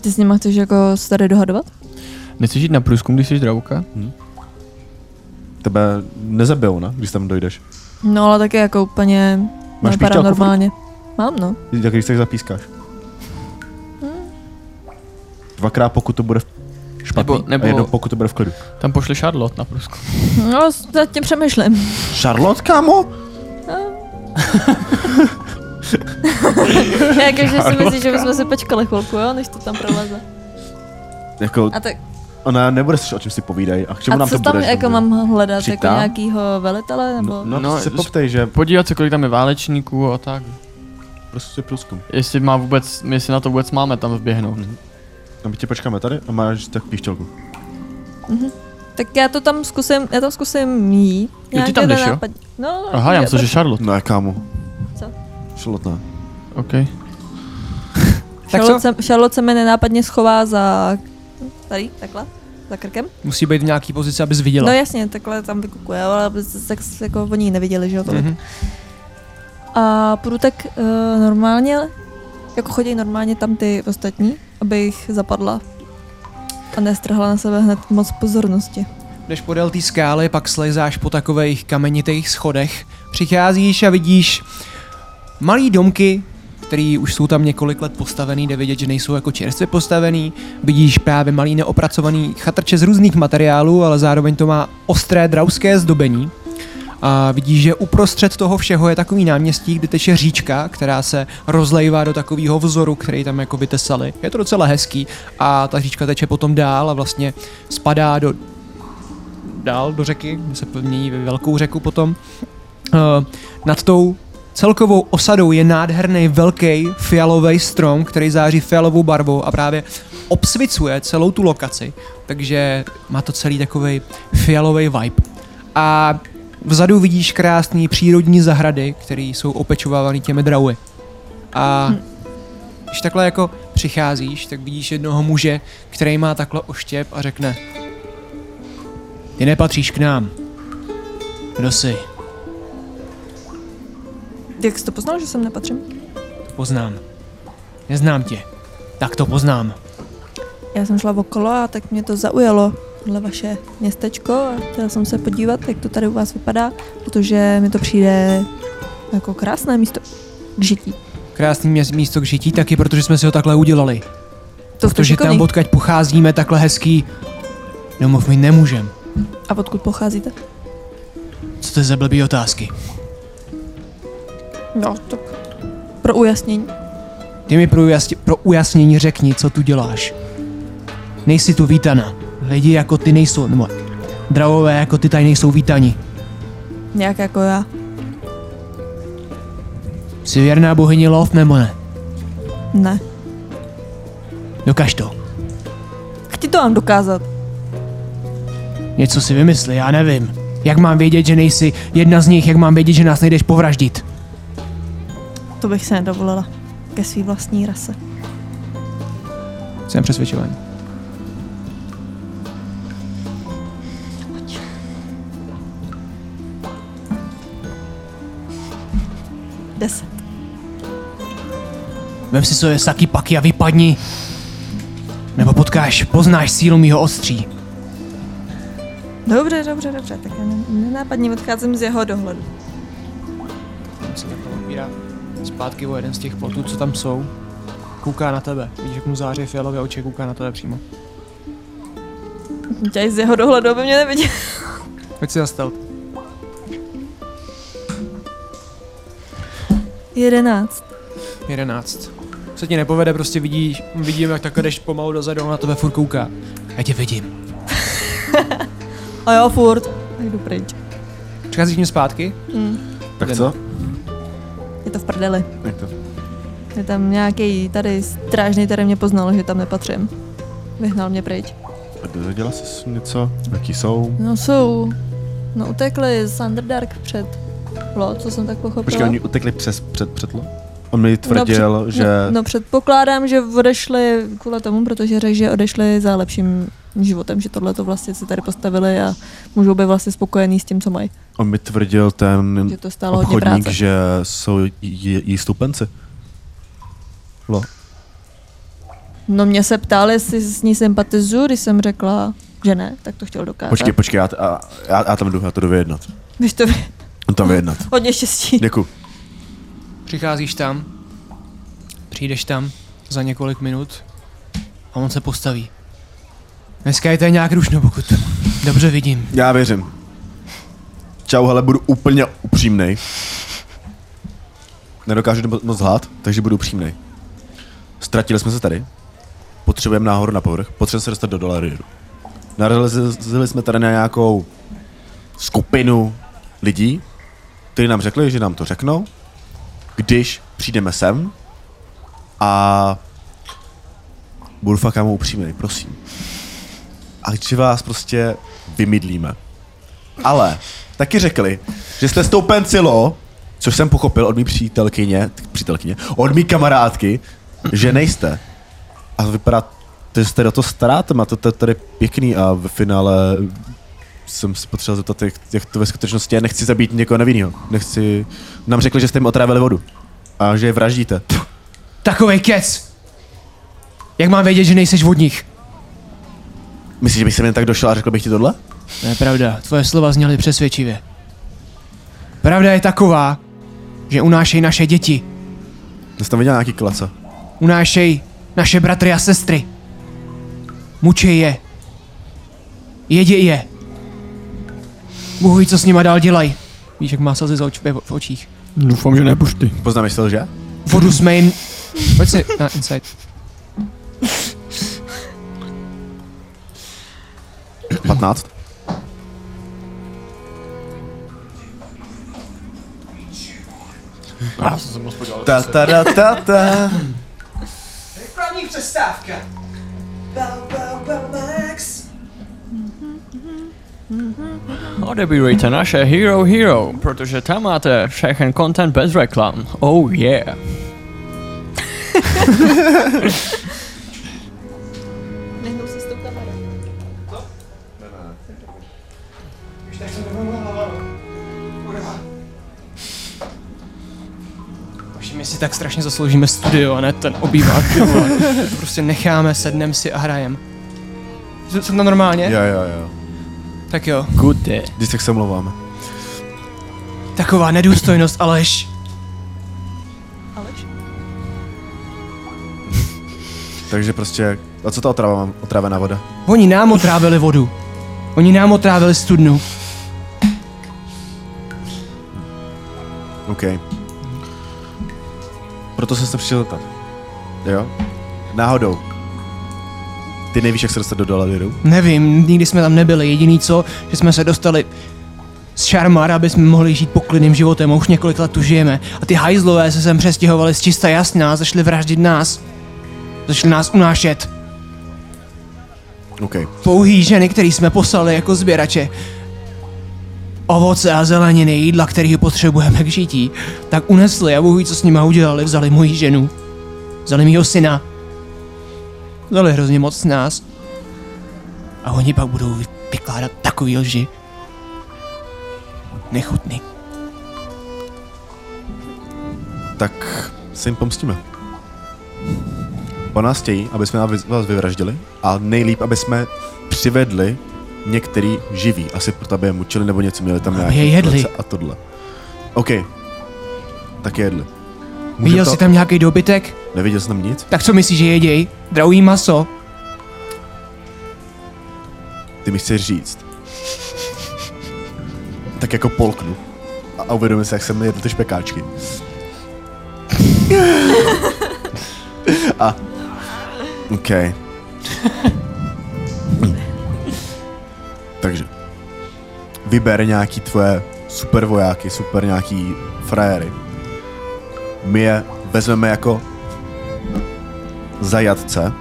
Ty s nima chceš jako se tady dohadovat? Nechceš jít na průzkum, když jsi drauka? Tebe nezabijou, ne? Když tam dojdeš. No ale taky jako úplně... Máš nevypadám píšťalku normálně. Mám no. Jak když tak zapískáš. Dvakrát pokud to bude v- špatný Nebo- nebo- a jednou pokud to bude v klidu. Tam pošli Charlotte na průzkum. No, zatím přemýšlím. Charlotte, kámo? jako, že si myslíš, že bychom se počkali chvilku, jo, než to tam proleze. Jako, A tak, ona nebude slyšet, o čem si povídají. A k čemu a nám co to tam bude? že jako bude? mám hledat, jako Přitá? nějakýho velitele, nebo? No, no, No, no se s- poptej, že Podívat se, kolik tam je válečníků a tak. prostě průzkum. Jestli má vůbec, my jestli na to vůbec máme tam vběhnout. A No, my tě počkáme tady a máš tak píšťalku. Tak já to tam zkusím, já tam zkusím jít. ty tam jdeš, jo? nenápadně. No, no, Aha, já jo, myslím, že Charlotte. No, kámo. Co? Charlotte, ne. OK. Tak Charlotte, co? se, Charlotte se mi nenápadně schová za... Tady, takhle? Za krkem? Musí být v nějaký pozici, abys viděla. No jasně, takhle tam vykukuje, ale aby se, tak se jako oni ji neviděli, že jo, tolik. Mhm. A půjdu tak uh, normálně, jako chodí normálně tam ty ostatní, aby jich zapadla a nestrhla na sebe hned moc pozornosti. Jdeš podél té skály, pak slezáš po takových kamenitých schodech, přicházíš a vidíš malý domky, který už jsou tam několik let postavený, jde vidět, že nejsou jako čerstvě postavený. Vidíš právě malý neopracovaný chatrče z různých materiálů, ale zároveň to má ostré drauské zdobení. A vidíš, že uprostřed toho všeho je takový náměstí, kde teče říčka, která se rozlejvá do takového vzoru, který tam jako vytesali. Je to docela hezký a ta říčka teče potom dál a vlastně spadá do dál do řeky, se mění ve velkou řeku potom. Eh, nad tou celkovou osadou je nádherný velký fialový strom, který září fialovou barvou a právě obsvicuje celou tu lokaci, takže má to celý takový fialový vibe. A vzadu vidíš krásné přírodní zahrady, které jsou opečovávané těmi drauy. A když takhle jako přicházíš, tak vidíš jednoho muže, který má takhle oštěp a řekne ty nepatříš k nám. Kdo jsi? Jak jsi to poznal, že sem nepatřím? To poznám. Neznám tě. Tak to poznám. Já jsem šla okolo a tak mě to zaujalo, tohle vaše městečko a chtěla jsem se podívat, jak to tady u vás vypadá, protože mi to přijde jako krásné místo k žití. Krásný měs- místo k žití taky, protože jsme si ho takhle udělali. To jste Protože šikovný. tam, odkaď pocházíme, takhle hezký domov my nemůžem. A odkud pocházíte? Co to je za blbý otázky? No, to Pro ujasnění. Ty mi pro, ujasně, pro ujasnění řekni, co tu děláš. Nejsi tu vítana. Lidi jako ty nejsou, nebo drahové jako ty tady nejsou vítani. Nějak jako já. Jsi věrná bohyni lov nebo ne? Ne. Dokaž to. Chci to vám dokázat. Něco si vymysli, já nevím. Jak mám vědět, že nejsi jedna z nich, jak mám vědět, že nás nejdeš povraždit? To bych se nedovolila. Ke své vlastní rase. Jsem přesvědčován. Deset. Vem si svoje saky paky a vypadni. Nebo potkáš, poznáš sílu mýho ostří. Dobře, dobře, dobře. Tak já ne- nenápadně odcházím z jeho dohledu. On se takhle odbírá zpátky o jeden z těch plotů, co tam jsou. Kouká na tebe. Vidíš, jak mu září fialové oči, kouká na tebe přímo. Dělej z jeho dohledu, aby mě neviděl. Pojď si zastel. Jedenáct. 11. Se ti nepovede, prostě vidíš, vidím, jak takhle jdeš pomalu dozadu, on na tebe furt kouká. Já tě vidím. A jo, furt. A jdu pryč. Přicházíš k ním zpátky? Mm. Tak Jeden. co? Je to v prdeli. Jak to? Je tam nějaký tady strážný, který mě poznal, že tam nepatřím. Vyhnal mě pryč. Dozvěděla jsi něco? Jaký jsou? No jsou. No utekli z Underdark před plo, co jsem tak pochopila. Počkej, oni utekli přes před předlo? On mi tvrdil, tvrdil, že... No, no předpokládám, že odešli kvůli tomu, protože řekl, že odešli za lepším životem, že tohle to vlastně si tady postavili a můžou být vlastně spokojení s tím, co mají. On mi tvrdil ten Že to stálo hodně obchodník, práce. že jsou jí- jí, jí stupenci. No mě se ptali, jestli s ní sympatizuju, když jsem řekla, že ne, tak to chtěl dokázat. Počkej, počkej, já, t- a- já, já tam jdu, já to jdu vyjednat. Když to On tam vyjednat. hodně štěstí. Děkuju. Přicházíš tam, přijdeš tam za několik minut a on se postaví. Dneska je to nějak rušno, pokud dobře vidím. Já věřím. Čau, hele, budu úplně upřímnej. Nedokážu to moc hlát, takže budu upřímnej. Ztratili jsme se tady. Potřebujeme nahoru na povrch. Potřebujeme se dostat do Dolariru. Narazili jsme tady na nějakou skupinu lidí, kteří nám řekli, že nám to řeknou, když přijdeme sem a budu fakt kámo upřímnej, prosím. A že vás prostě vymydlíme. Ale taky řekli, že jste stoupencilo, což jsem pochopil od mý přítelkyně, t- přítelkyně, od mý kamarádky, že nejste. A vypadá, že jste do toho staráte, máte to tady pěkný a v finále jsem se potřeboval zeptat, jak, jak to ve skutečnosti je. Nechci zabít někoho nevinného. Nechci... Nám řekli, že jste jim otrávili vodu. A že je vraždíte. Takovej kec! Jak mám vědět, že nejseš od nich? Myslíš, že bych sem jen tak došel a řekl bych ti tohle? To je pravda, tvoje slova zněly přesvědčivě. Pravda je taková, že unášej naše děti, Já jsem tam viděl nějaký klace. unášej naše bratry a sestry. Mučej je. Jedě je. Bůh ví, co s nima dál dělají. Víš, jak má slzy za oč- v očích. Doufám, že nepušty. Poznám, jestli lže? Vodu jsme jim... Pojď si na insight. 15? Já jsem moc podíval. Ta, ta, ta, ta, ta. Reklamní přestávka. Bau, bau, bau, Max. Odebírujte No, naše Hero Hero, protože tam máte všechen content bez reklam. Oh yeah. Nehnou se s tou kamerou. Že my si tak strašně zasloužíme studio a ne ten obývák. ty vole. prostě necháme, sednem si a hrajem. Jsou- Jsou tam normálně? Jo, jo, jo. Tak jo. Good day. Když tak se mluváme. Taková nedůstojnost, Aleš. Aleš? Takže prostě, a co ta otrava, mám- otrávená voda? Oni nám otrávili vodu. Oni nám otrávili studnu. OK. to jsem se přišel zeptat. Jo? Náhodou. Ty nevíš, jak se dostat do Dalaviru? Nevím, nikdy jsme tam nebyli. Jediný co, že jsme se dostali z Šarmara, aby jsme mohli žít poklidným životem a už několik let tu žijeme. A ty hajzlové se sem přestěhovali z čista jasná a začali vraždit nás. Začali nás unášet. OK. Pouhý ženy, který jsme poslali jako sběrače. Ovoce a zeleniny, jídla, kterého potřebujeme k žití, tak unesli a bohu co s nima udělali, vzali moji ženu. Vzali mýho syna. Vzali hrozně moc z nás. A oni pak budou vy- vykládat takový lži. Nechutný. Tak se jim pomstíme. Po nás chtějí, aby jsme nás- vás vyvraždili a nejlíp, aby jsme přivedli některý živý. Asi proto, aby je mučili nebo něco, měli tam Aby nějaké je jedli. klece a tohle. OK. Tak je jedli. Můžem Viděl to... jsi tam nějaký dobytek? Neviděl jsem tam nic? Tak co myslíš, že jeděj? Drahý maso? Ty mi chceš říct. Tak jako polknu. A- A uvědomím si, jak jsem jedl ty špekáčky. A... OK. Takže. Vyber nějaký tvoje super vojáky, super nějaký frajery. My je vezmeme jako zajatce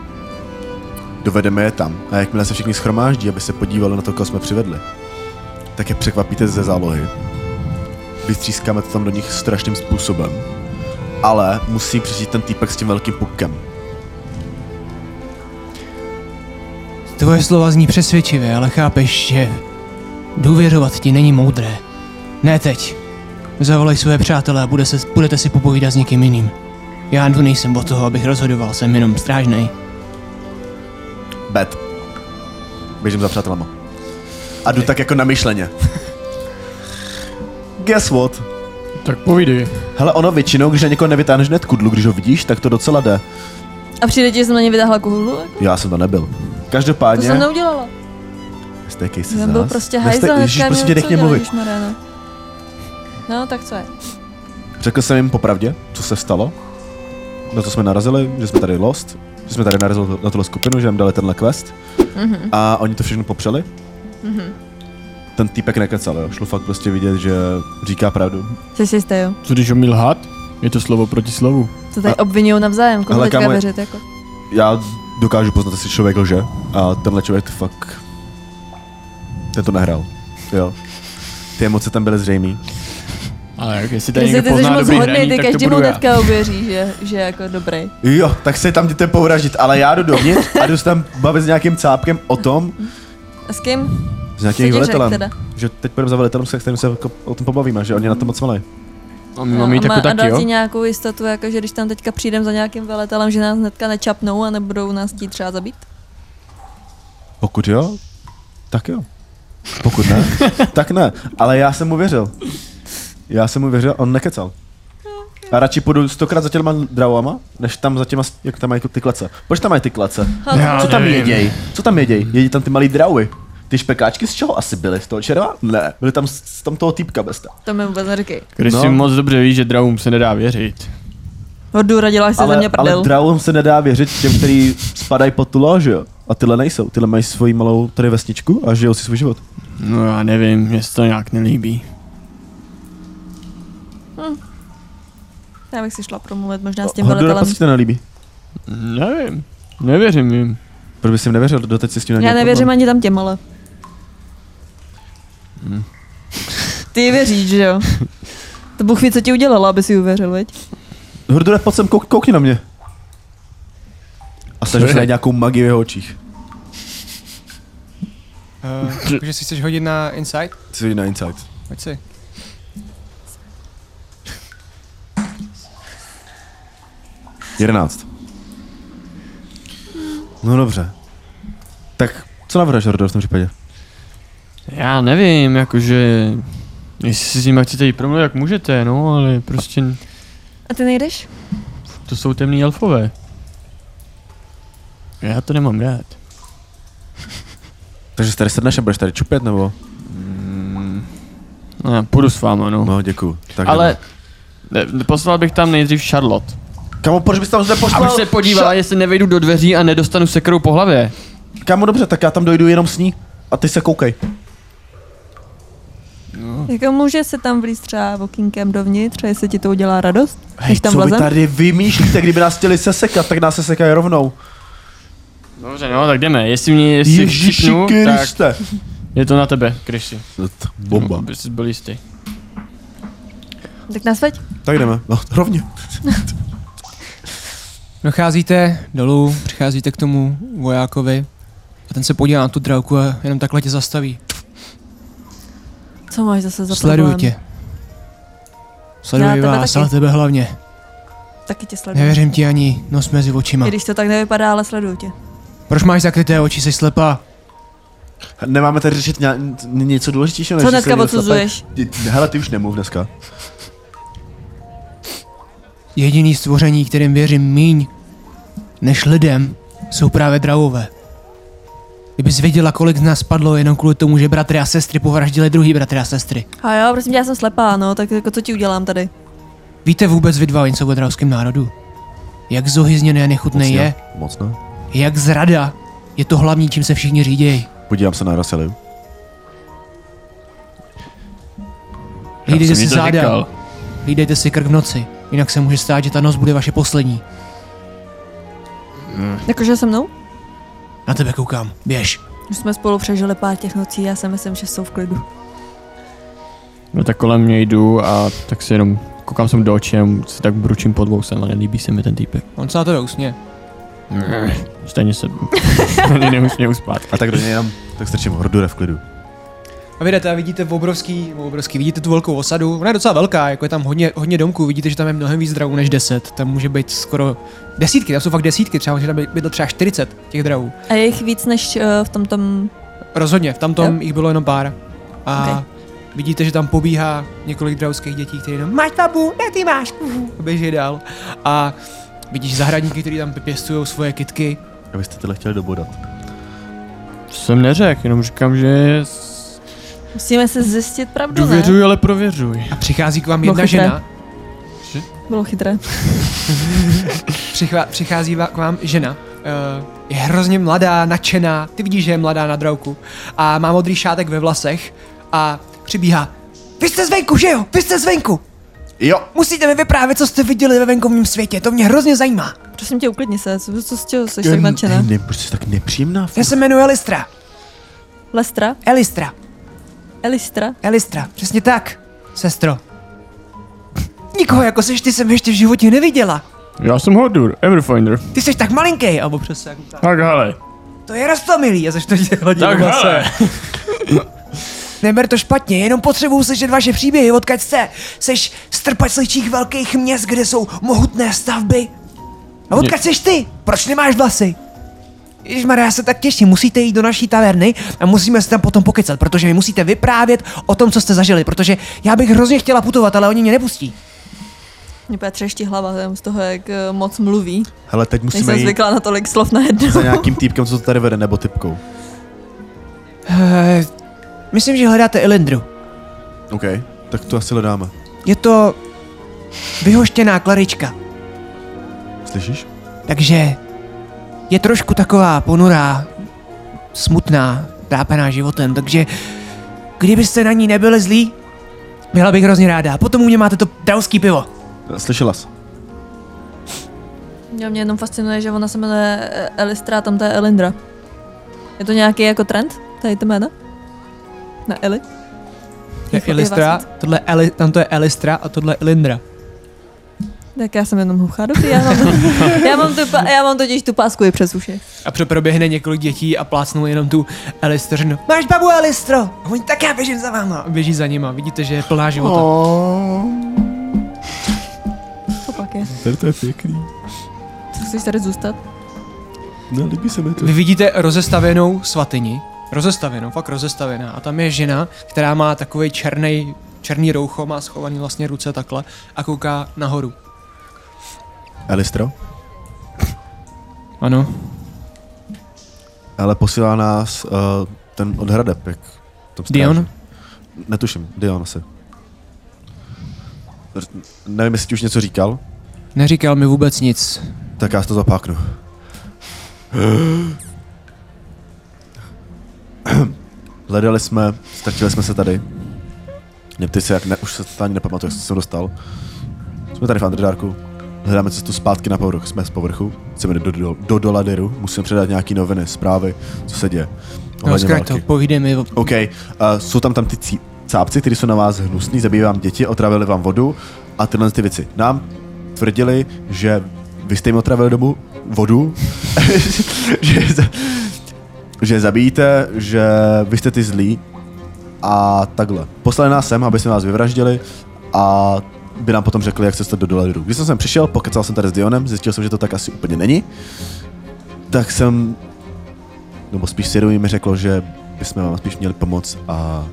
dovedeme je tam a jakmile se všichni schromáždí, aby se podívali na to, koho jsme přivedli, tak je překvapíte ze zálohy. Vytřískáme to tam do nich strašným způsobem. Ale musí přijít ten týpek s tím velkým pukem. Tvoje slova zní přesvědčivě, ale chápeš, že důvěřovat ti není moudré. Ne teď. Zavolej své přátele a bude se, budete si popovídat s někým jiným. Já tu nejsem o toho, abych rozhodoval, jsem jenom strážnej. Bet. Běžím za přátelama. A jdu tak jako namyšleně. Guess what? Tak povídej. Hele, ono většinou, když na někoho nevytáhneš hned kudlu, když ho vidíš, tak to docela jde. A přijde ti, že jsem na ně vytáhla kuhlu? Jako? Já jsem to nebyl. To Každopádně... jsem neudělala. Nestékej se Já z byl nás. prostě Neste- hajzl, Ježíš, prosím tě, nech mě mluvit. No, tak co je? Řekl jsem jim popravdě, co se stalo, na co jsme narazili, že jsme tady lost, že jsme tady narazili na tuhle skupinu, že nám dali tenhle quest Mhm. a oni to všechno popřeli. Mhm. Ten týpek nekecal, jo. Šlo fakt prostě vidět, že říká pravdu. Jsi si jistý, jo? Co když umí lhát? Je to slovo proti slovu. To tady obvinují navzájem, komu Hele, teďka kámo, věřit, jako. Já dokážu poznat, jestli člověk lže a tenhle člověk to fakt... Ten to nehrál, jo. Ty emoce tam byly zřejmé. Ale jak jestli tady Ty jsi někdo ty jsi pozná moc dobrý hodný, jako hraní, ty tak to každému budu já. teďka uvěří, že, že jako dobrý. Jo, tak se tam jděte povraždit, ale já jdu dovnitř a jdu se tam bavit s nějakým cápkem o tom, A s kým? s nějakým ti řek velitelem. teda? Že teď půjdeme za velitelem, se kterým se jako o tom pobavíme, že oni na to moc malej. A my máme jít No, a, má- jako a taky, dal jo? ti nějakou jistotu, jako že když tam teďka přijdem za nějakým veletelem, že nás hnedka nečapnou a nebudou nás chtít třeba zabít? Pokud jo, tak jo. Pokud ne, tak ne. Ale já jsem mu věřil. Já jsem mu věřil, on nekecal. A radši půjdu stokrát za těma dravama, než tam za těma, jak tam mají ty klece. Proč tam mají ty klece? Já Co tam nevím. jeděj? Co tam jeděj? Jedí tam ty malý dravy. Ty špekáčky z čeho asi byly? Z toho červa? Ne, byly tam z, z tam toho týpka bez toho. To mi vůbec neříkej. Když No. si moc dobře víš, že dravům se nedá věřit. Hordura, děláš se ze Ale, mě ale prdel. dravům se nedá věřit těm, který spadají pod tu lož, jo. A tyhle nejsou. Tyhle mají svoji malou tady vesničku a žijou si svůj život. No já nevím, mě se to nějak nelíbí. Já bych si šla promluvit možná s tím Hordura veletelem. prostě to nelíbí. Nevím, nevěřím jim. Proč bys jim nevěřil? Doteď si s tím Já neměl nevěřím problém. ani tam těm, ale. Hmm. Ty věříš, že jo? To Bůh ví, co ti udělala, aby si uvěřil, veď? Hordure, pojď sem, kouk, koukni na mě. A snažím se najít nějakou magii v jeho očích. Uh, takže si chceš hodit na Insight? Chci jít na insight. Pojď si. Jedenáct. No dobře. Tak co navrhuješ, Hordure, v tom případě? Já nevím, jakože... Jestli si s nimi chcete jít promluvit, jak můžete, no, ale prostě A ty nejdeš? to jsou temní elfové. Já to nemám rád. Takže se tady sedneš a budeš tady čupět, nebo? Mm. No, já půjdu s váma, no. No, děkuju. Tak ale ne, poslal bych tam nejdřív Charlotte. No, Kamo, proč bys tam zde poslal? Abych se podíval, jestli nevejdu do dveří a nedostanu sekrou po hlavě. Ša- Kamo, dobře, tak já tam dojdu jenom s ní. A ty se koukej. No. Jako může se tam vlít třeba okýnkem dovnitř a jestli ti to udělá radost? Hej, tam co vy vlezem? tady vymýšlíte, kdyby nás chtěli sesekat, tak nás sesekají rovnou. Dobře, no, tak jdeme. Jestli mě jestli Ježíši chcípnu, tak Kriste. je to na tebe, Kryši. Bomba. By jsi byl jistý. Tak nás veď. Tak jdeme, no, rovně. Docházíte dolů, přicházíte k tomu vojákovi a ten se podívá na tu drauku a jenom takhle tě zastaví. Co máš zase za Sleduju problém? tě. Já Sleduji tebe vás, taky. ale tebe hlavně. Taky tě sleduju. Nevěřím ti ani nos mezi očima. no. I když to tak nevypadá, ale sleduju tě. Proč máš zakryté oči, jsi slepá? Nemáme tady řešit ně, n- něco důležitějšího, než že Co se lidi dneska odsuzuješ? dostanou- Ty- Hele, ty už nemluv dneska. Jediný stvoření, kterým věřím míň než lidem, jsou právě dravové. Kdybys věděla, kolik z nás padlo jenom kvůli tomu, že bratry a sestry povraždili druhý bratry a sestry. A jo, prosím tě, já jsem slepá, no, tak jako co ti udělám tady? Víte vůbec vy dva o něco o dravském národu? Jak zohyzněné a Moc nechutné je? ne. Moc ne. Jak zrada? Je to hlavní, čím se všichni řídějí. Podívám se na Raseliu. Já Hlídejte jsem si jí to záda, říkal. hlídejte si krk v noci, jinak se může stát, že ta noc bude vaše poslední. Jakože se mnou? Na tebe koukám, běž. Už jsme spolu přežili pár těch nocí, já si myslím, že jsou v klidu. No tak kolem mě jdu a tak si jenom koukám sem do očí a si tak bručím pod vousem a nelíbí se mi ten týpek. On se na to dousně. Stejně se ani nemusím uspát. A tak do něj jenom, tak strčím hordure v klidu. A vy jdete a vidíte v obrovský, v obrovský, vidíte tu velkou osadu, ona je docela velká, jako je tam hodně, hodně domků, vidíte, že tam je mnohem víc drahů než 10, tam může být skoro desítky, tam jsou fakt desítky, třeba že tam by- bylo třeba 40 těch drahů. A je jich víc než eh, v tom tom... Rozhodně, v tamtom Jo. jich bylo jenom pár. A Okay. vidíte, že tam pobíhá několik drahouských dětí, které jenom máš babu, ne ty máš, uhu, a běží dál. A vidíš zahradníky, kteří tam pěstují svoje kitky, Abyste tyhle chtěli dobodat. To jsem neřekl, jenom říkám, že s- Musíme se zjistit pravdu, ne? důvěřuj, ale prověřuj. a přichází k vám No, jedna chytré. žena, Bylo chytré. Přichvá, přichází va- k vám žena, uh, je hrozně mladá, nadšená, ty vidíš, že je mladá na drauku a má modrý šátek ve vlasech a přibíhá. Vy jste zvenku, že jo? Vy jste zvenku! Jo, Musíte mi vyprávět, co jste viděli ve venkovním světě, to mě hrozně zajímá. Prosím tě, uklidni se, co, co s tě, jsi tak nadšená? Ne, proč jsi tak nepříjemná? Já se jmenuji Elistra. Lestra? Elistra. Elistra? Elistra. Přesně tak, sestro. Nikoho jako seš ty jsem ještě v životě neviděla. Já jsem Hordur, Everfinder. Ty seš tak malinký, a opřel se jako tak. Tak hele. To je rostomilý, a seš to dělala Tak hele. Neber to špatně, jenom potřebuju slyšet vaše příběhy, odkud jste. Seš strpač sličích velkých měst, kde jsou mohutné stavby. A odkud seš ty? Proč nemáš vlasy? Ježmarja, já se tak těším, musíte jít do naší taverny a musíme se tam potom pokecat, protože mi musíte vyprávět o tom, co jste zažili, protože já bych hrozně chtěla putovat, ale oni mě nepustí. Mě úplně třeští hlava jenom z toho, jak eh, moc mluví. Hele, teď musíme Nejsem jít zvyklá na tolik slov najednou. za nějakým týpkem, co to tady vede, nebo typkou. Myslím, že hledáte Elindru. OK, tak to asi hledáme. Je to vyhoštěná klarička. Slyšíš? Takže je trošku taková ponurá, smutná, trápená životem, takže kdybyste na ní nebyli zlí, byla bych hrozně ráda. Potom u mě máte to drauský pivo. Slyšela jsi. Jo, mě jenom fascinuje, že ona se jmenuje eh, Elistra a tam to je Elindra. Je to nějaký jako trend? Tady to jméno? Na Eli? Jako Elistra, tohle Eli, tam to je Elistra a tohle Elindra. Tak já jsem jenom hluchá, dobrý, já mám, já mám, tu, pa- já mám totiž tu pásku i přes uši. A proběhne několik dětí a plácnou jenom tu Elistřinu. Máš babu Elistro! A Oni tak já běžím za váma. Běží za nima, vidíte, že je plná No života. Oh. To pak je. Tady to je pěkný. Co, Chceš tady zůstat? Nelíbí No, se mi to. Vy vidíte rozestavěnou svatyni, rozestavěnou, fakt rozestavená, a tam je žena, která má takový černý, černý roucho, má schovaný vlastně ruce takhle a kouká nahoru. Elistro, Ano. ale posílá nás uh, ten od hradeb, jak tam stráží. Dion? Netuším, Dion asi. R- nevím, jestli ti už něco říkal. Neříkal mi vůbec nic. Tak já si to zapáknu. Hledali jsme, ztratili jsme se tady. Neptej se, jak ne, už se to ani nepamatuju, jak jsem se dostal. Jsme tady v Underdarku. Hledáme cestu zpátky na povrch. Jsme z povrchu, chceme jít do, do, do Doladeru, musíme předat nějaký noviny, zprávy, co se děje. No, Ohledně zkrát to, války. povídej mi o OK, uh, jsou tam tam ty cí, cápci, kteří jsou na vás hnusní, zabijí vám děti, otravili vám vodu a tyhle ty věci. Nám tvrdili, že vy jste jim otravili domu vodu, že, za- že zabijíte, že vy jste ty zlí a takhle. Poslali nás sem, aby jsme vás vyvraždili a by nám potom řekli, jak se dostat do dolarů. Když jsem sem přišel, pokecal jsem tady s Dionem, zjistil jsem, že to tak asi úplně není, tak jsem nebo spíš Sirovi mi řeklo, že bychom vám spíš měli pomoct a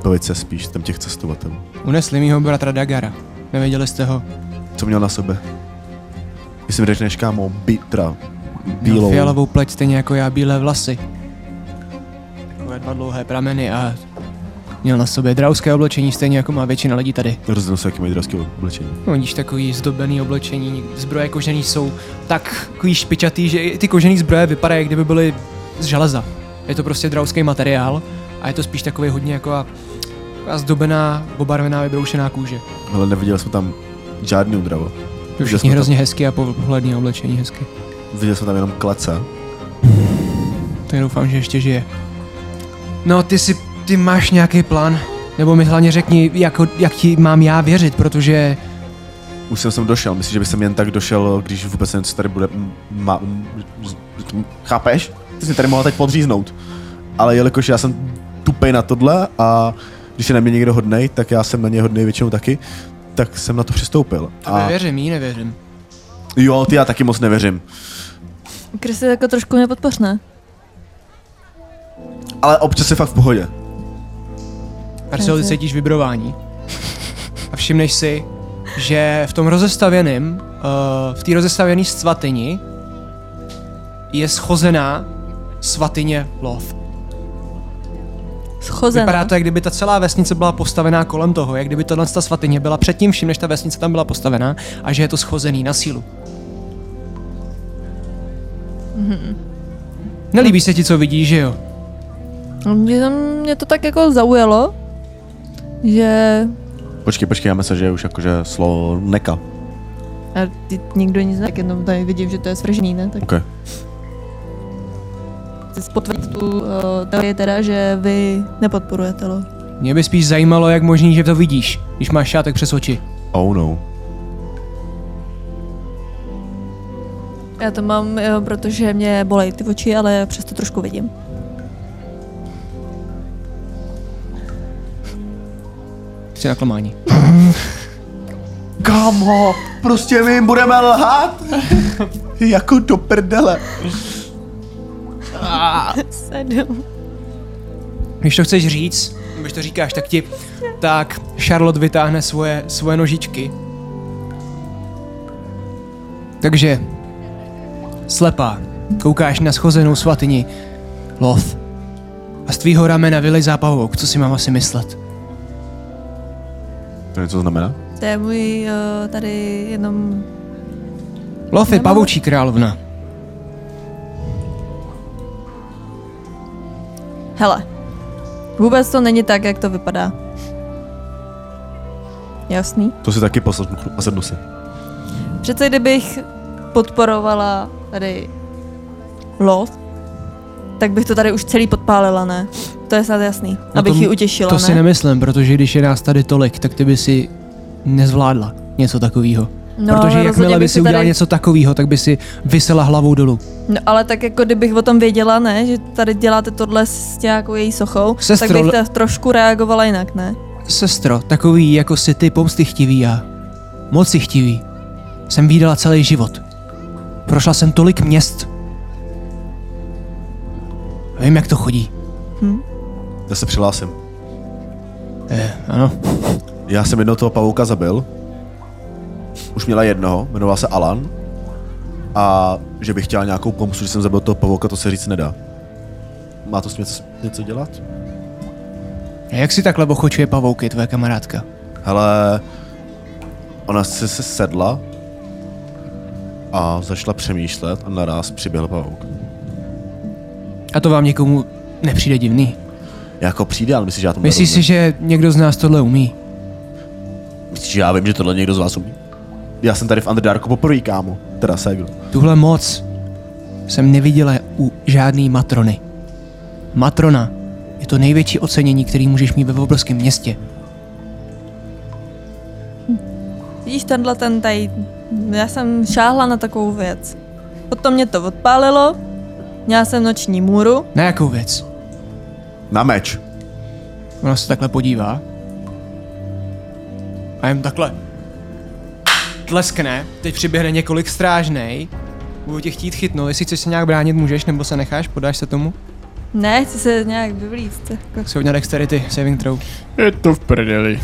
zbavit se spíš tam těch cestovatelů. Unesli mýho bratra Dagara. Nevěděli jste ho. Co měl na sobě? Myslím, že než kámo, bítra, Měl bílou. fialovou pleť stejně jako já bílé vlasy. Takové dva dlouhé prameny a měl na sobě drauské oblečení stejně jako má většina lidí tady. Rozhodl se, jaký mají dravské oblečení. No, vidíš takový zdobený oblečení, zbroje kožený jsou tak takový špičatý, že i ty kožený zbroje vypadají, jak kdyby byly z železa. Je to prostě drauský materiál a je to spíš takový hodně jako a, a zdobená, obarvená, vybroušená kůže. Ale neviděli jsme tam žádný udravo. To Viděli všichni jsme tam- hrozně hezky a pohlední oblečení hezky. Viděli jsme tam jenom klece. Tak doufám, že ještě žije. No, ty si, ty máš nějaký plán? Nebo mi hlavně řekni, jak, ho- jak ti mám já věřit, protože Už jsem sem došel, myslím, že bych sem jen tak došel, když vůbec nevím, co tady bude. M- Ma, m- z- z- chápeš? Ty jsi tady mohla teď podříznout. Ale jelikož já jsem tupej na tohle a když je na mě někdo hodnej, tak já jsem na ně hodnej většinou taky, tak jsem na to přistoupil. A nevěřím, jí nevěřím. jo, ty já taky moc nevěřím. Krysy jako trošku mě podpořne. Ale občas je fakt v pohodě. Marcel, ty Takže- cítíš vibrování. A všimneš si, že v tom rozestavěném, eh, v té rozestavěné svatyni je schozená svatyně lov. Schozená. Vypadá to, jak kdyby ta celá vesnice byla postavená kolem toho, jak kdyby tohle ta svatyně byla předtím vším, než ta vesnice tam byla postavená a že je to schozený na sílu. Nelíbí se ti, co vidíš, že jo? No, Mě, tam, mě to tak jako zaujalo, že Počkej, počkej, já myslím, že je už jakože slovo neka. a ty, nikdo nic ne, tak jenom tady vidím, že to je svržený, ne? Tak OK. chci potvrdit tu uh, teorii teda, že vy nepodporujete lo. Mě by spíš zajímalo, jak možný, že to vidíš, když máš šátek přes oči. Oh no. Já to mám, jo, protože mě bolej ty oči, ale přesto trošku vidím. Jsi na klamání. Kamo, prostě my jim budeme lhát. jako do prdele. Sedm. Když to chceš říct, když to říkáš, tak ti, tak Charlotte vytáhne svoje, svoje nožičky. Takže, slepá, koukáš na schozenou svatyni, lov. A z tvýho ramena vylejzá pavouk, co si mám asi myslet? To něco znamená? To je můj uh, tady jenom... Lov je Nemám- pavoučí královna. Hele, vůbec to není tak, jak to vypadá. Jasný? To si taky poslechnu a sednu si. Přece kdybych podporovala tady lov, tak bych to tady už celý podpálila, ne? To je snad jasný. No Abych to- ji utěšila, To ne? si nemyslím, protože když je nás tady tolik, tak ty by si nezvládla něco takového. protože no, ale rozhodně jakmile by bych si to udělala něco takového, tak by si vysela hlavou dolů. No ale tak jako kdybych o tom věděla, ne? Že tady děláte tohle s nějakou její sochou, Sestro, tak bych le- ta trošku reagovala jinak, ne? Sestro, takový jako si ty pomstychtivý a mocichtivý jsem viděla celý život. Prošla jsem tolik měst. Vím, jak to chodí. Já se přihlásím. Eh, ano. Já jsem jednoho toho pavouka zabil. Už měla jednoho, jmenoval se Alan. A že bych chtěla nějakou pomoc, že jsem zabil toho pavouka, to se říct nedá. Má to s tím něco, něco dělat? A jak si takhle bochočuje pavouky, tvoje kamarádka? Hele, ona se, se sedla a zašla přemýšlet a naraz přiběhl pavouk. A to vám někomu nepřijde divný. Jako přijde, ale myslíš, že já tomu Myslíš si, nerozumím? že někdo z nás tohle umí? Myslíš, že já vím, že tohle někdo z vás umí? Já jsem tady v Underdarku poprvé, kámo. Teda jako- Segl. Tuhle moc jsem neviděla u žádný matrony. Matrona je to největší ocenění, který můžeš mít ve obrovském městě. Vidíš tenhle ten tady, já jsem šáhla na takovou věc. Potom mě to odpálilo, měla jsem noční můru, Na jakou věc? Na meč. Ona se takhle podívá. A jen takhle. Tleskne, teď přiběhne několik strážnej. Budu tě chtít chytnout, jestli chceš se nějak bránit, můžeš, nebo se necháš, podáš se tomu. ne, chci se nějak vyvlíct. Jako, Tak si hodně dexterity, saving throw. Je to v prdeli.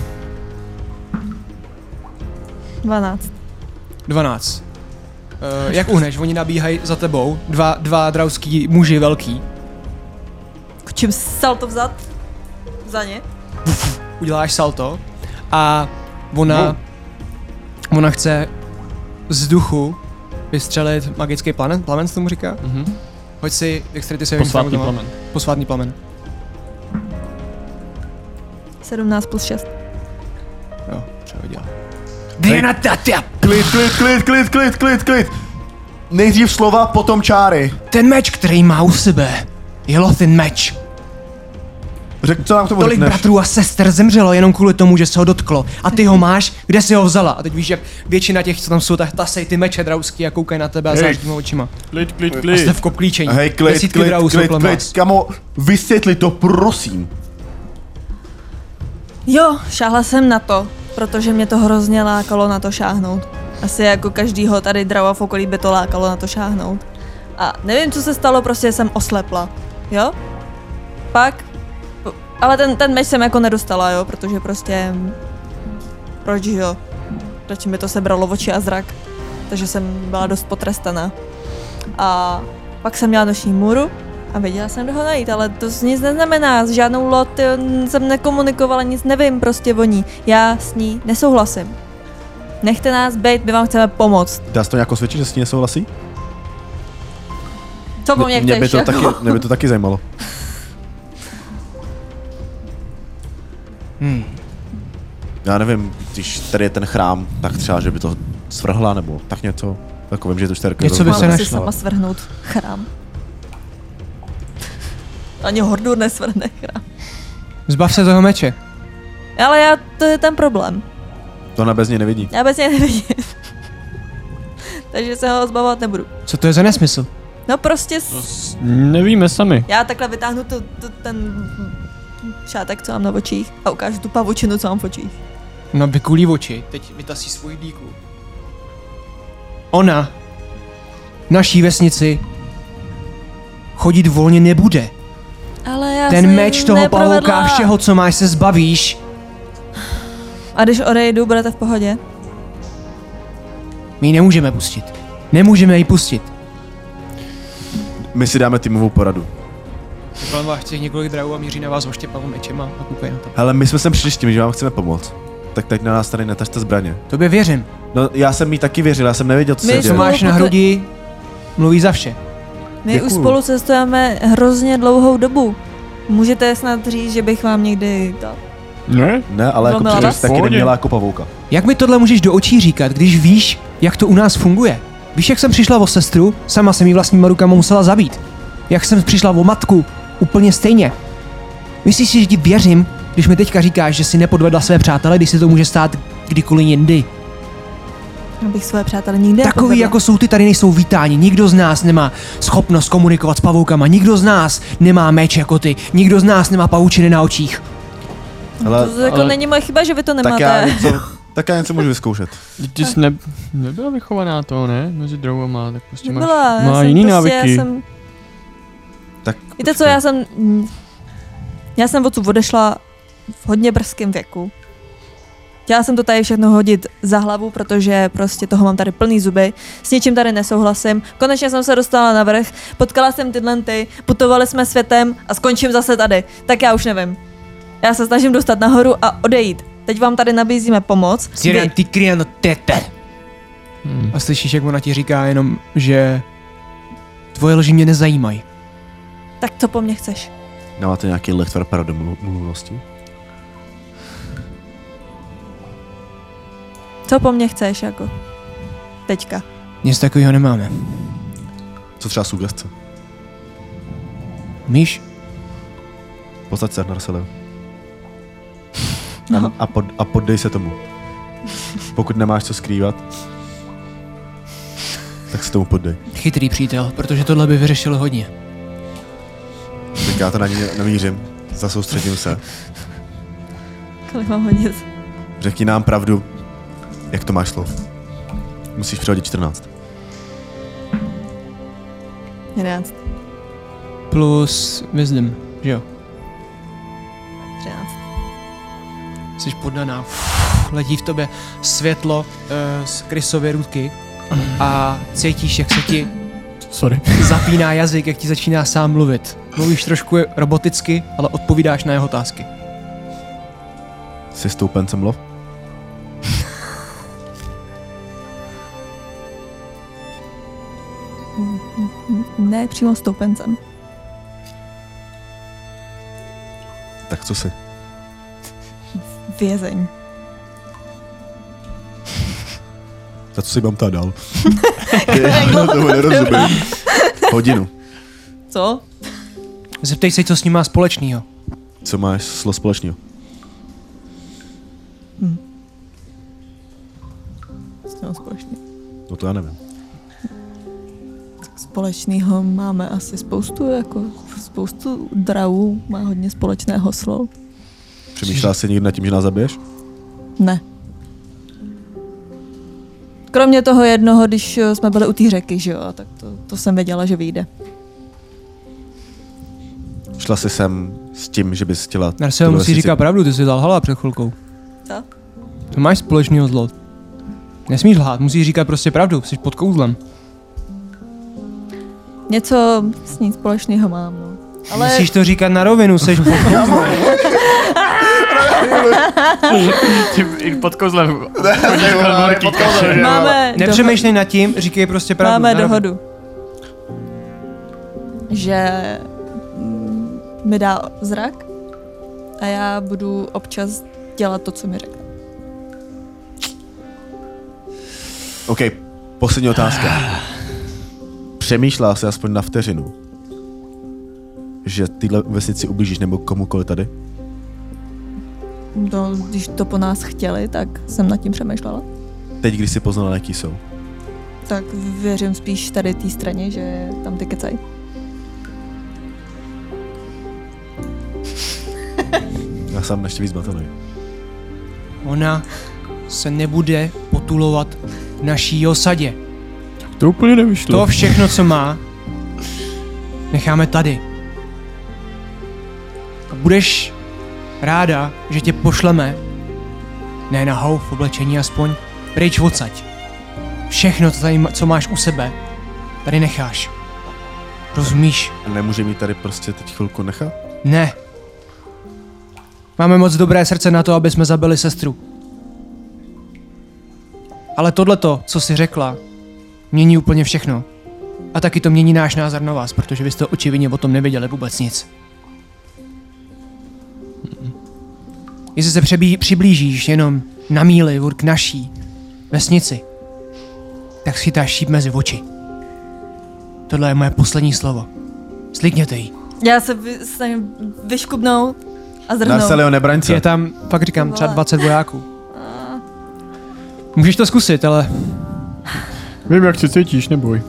12. 12. Uh, jak uhneš, oni nabíhají za tebou, dva, dva drauský muži velký. Kučím salto vzad, za ně. Uděláš salto a ona, No. ona chce z duchu vystřelit magický plamen, plamen se tomu říká? Mhm. Hoď si dexterity saving throw. Posvátný znovu. plamen. Posvátný plamen. 17 plus 6. Jo, přehodila. Klid, klid, klid, klid, klid, klid, klid. Nejdřív slova, potom čáry. Ten meč, který má u sebe, je Lothin meč. Řekni, co nám k tomu Tolik řekneš. bratrů a sester zemřelo jenom kvůli tomu, že se ho dotklo. A ty ho Mhm. máš, kde si ho vzala? A teď víš, jak většina těch, co tam jsou, tak tasej ty meče drausky a koukají na tebe a Hej. záždíma očima. Klid, klid, A klid. jste v kopklíčení. Hej, klid, Desítky klid, draů jsou klid, kolem klid, vás. kamo, vysvětli to, prosím. Jo, šáhla jsem na to, protože mě to hrozně lákalo na to šáhnout. Asi jako každýho tady drava v okolí by to lákalo na to šáhnout. A nevím, co se stalo, prostě jsem oslepla. Jo? Pak... po- Ale ten, ten meč jsem jako nedostala, jo, protože prostě... Proč jo? Proč mi to sebralo oči a zrak? Takže jsem byla dost potrestaná. A pak jsem měla noční můru a věděla jsem, kde ho najít, ale to z- nic neznamená. S žádnou lot eh, jsem nekomunikovala, nic nevím prostě o ní. Já s ní nesouhlasím. Nechte nás být, my vám chceme pomoct. Dá se to nějak osvědčit, že s ní nesouhlasí? Co po mně No, mě, by chceš? to jako? taky, mě by to taky zajímalo. Hmm. Já nevím, když tady je ten chrám, tak třeba, že by to svrhla nebo tak něco. Tak vím, že to čtyřka. Něco by Mám se si našlo. sama svrhnout chrám. Ani hordu nesvrhne chrám. Zbav se toho meče. Ale já, to je ten problém. To ona bez něj nevidí. Já bez něj nevidím. Takže se ho zbavovat nebudu. Co to je za nesmysl? No prostě s- Nevíme sami. Já takhle vytáhnu tu, tu, ten šátek, co mám na očích a ukážu tu pavučinu, co mám v očích. No vykulí oči, teď vytasí svůj díku. Ona v naší vesnici chodit volně nebude. Ale já Ten se meč toho neprovedla. pavouka a všeho, co máš, se zbavíš. A když odejdu, budete v pohodě? My ji nemůžeme pustit. Nemůžeme ji pustit. My si dáme týmovou poradu. Kolem vás těch několik drahů a míří na vás oštěpavou mečema a koukají na to. Hele, my jsme sem přišli s tím, že vám chceme pomoct. Tak teď na nás tady netažte zbraně. Tobě věřím. No, já jsem jí taky věřil, já jsem nevěděl, co My se Co jsme- děje. máš na hrudi, mluví za vše. My už Děkuju. spolu cestujeme hrozně dlouhou dobu. Můžete snad říct, že bych vám někdy to... Ne? Ne, ale jako Romila, předtím no, v jsi taky pohodě. neměla jako pavouka. Jak mi tohle můžeš do očí říkat, když víš, jak to u nás funguje? Víš, jak jsem přišla o sestru, sama jsem ji vlastníma rukama musela zabít. Jak jsem přišla o matku, úplně stejně. Myslíš si, že ti věřím, když mi teďka říkáš, že si nepodvedla své přátele, když se to může stát kdykoliv jindy? Abych No, svoje přátelé nikdy Takový, nepovedla. jako jsou ty, tady nejsou vítáni. Nikdo z nás nemá schopnost komunikovat s pavoukama. Nikdo z nás nemá meč jako ty. Nikdo z nás nemá pavučiny na očích. Hele, To jako ale- není moje chyba, že vy to tak nemáte. já, něco, tak já něco můžu vyzkoušet. Ty jsi ne, nebyla vychovaná to, ne? Mezi druhama, tak prostě máš... Nebyla, já má jsem jiný prostě, návyky. Já jsem, Tak víte co, já jsem... mm, Já jsem odsud odešla v hodně brzkém věku. Chtěla jsem to tady všechno hodit za hlavu, protože prostě toho mám tady plný zuby. S ničím tady nesouhlasím. Konečně jsem se dostala na vrch, potkala jsem tyhle ty, putovali jsme světem a skončím zase tady. Tak já už nevím. Já se snažím dostat nahoru a odejít. Teď vám tady nabízíme pomoc. Vy- ty kriano tete. Hmm. A slyšíš, jak ona ti říká jenom, že tvoje lži mě nezajímají. Tak co po mně chceš? Dáváte nějaký lechtvar pravdomluvnosti? Co po mně chceš jako? Teďka. Nic takového nemáme. Co třeba sugestce? Míš? Posaď se, Narsele. No. A, pod, a poddej se tomu. Pokud nemáš co skrývat, tak se tomu poddej. Chytrý přítel, protože tohle by vyřešil hodně. Tak já to na ní namířím. Zasoustředím se. Kolik mám hodit? Řekni nám pravdu, jak to máš slov. Musíš přehodit 14. 11, Plus wisdom, že jo? 13. Jsi poddaná, letí v tobě světlo eh, z krysově ruky a cítíš, jak se ti Sorry. zapíná jazyk, jak ti začíná sám mluvit. Mluvíš trošku roboticky, ale odpovídáš na jeho otázky. Jsi stoupencem lov? Ne, přímo stoupencem. Tak co si? Vězeň. Za co si mám tady dal? já tomu nerozumím. Hodinu. Co? Zeptej se, co s ním má společného. Co máš slo společného? S tím společný. No to já nevím. Společného máme asi spoustu, jako spoustu drahů má hodně společného slov. Přemýšlela jsi někdy nad tím, že nás zabiješ? Ne. Kromě toho jednoho, když eh, jsme byli u té řeky, že jo, tak to, to jsem věděla, že vyjde. Šla jsi sem s tím, že bys chtěla... Narceo tuhle musí vesnici- říkat pravdu, ty jsi zalhala před chvilkou. Co? To máš společného zlo. Nesmíš lhát, musíš říkat prostě pravdu, jsi pod kouzlem. Něco s ní společného mám, no. Ale Musíš to říkat na rovinu, jsi pod kouzlem. Tím pod kozlem. máme, doho- Nepřemýšlej nad tím, říkej prostě pravdu. máme na rovinu. dohodu, že mm, mi dá zrak a já budu občas dělat to, co mi řekne. OK, poslední otázka. Přemýšlela jsi aspoň na vteřinu, že tyhle vesnici ublížíš nebo komukoli tady? No, když to po nás chtěli, tak jsem nad tím přemýšlela. Teď, když jsi poznala, jaký jsou. Tak věřím spíš tady té straně, že tam ty kecají. Já sám ještě víc batelý. Ona se nebude potulovat v naší osadě. To úplně nevyšlo. To všechno, co má, necháme tady. A budeš ráda, že tě pošleme, ne na hou v oblečení aspoň, pryč odsaď. Všechno, co, tady, ma- co máš u sebe, tady necháš. Rozumíš? A nemůže mi tady prostě teď chvilku nechat? Ne. Máme moc dobré srdce na to, aby jsme zabili sestru. Ale tohleto, co jsi řekla, mění úplně všechno. A taky to mění náš názor na vás, protože vy jste očividně o tom nevěděli vůbec nic. Jestli se přebí, přiblížíš jenom na míli k naší vesnici, tak schytáš šíp mezi oči. Tohle je moje poslední slovo. Slikněte ji. Já se vy, snažím vyškubnout a zrhnout. Narcelio, nebraň se. Je tam, fakt říkám, Ty třeba vole. 20 vojáků. Můžeš to zkusit, ale Vím, jak se cítíš, neboj.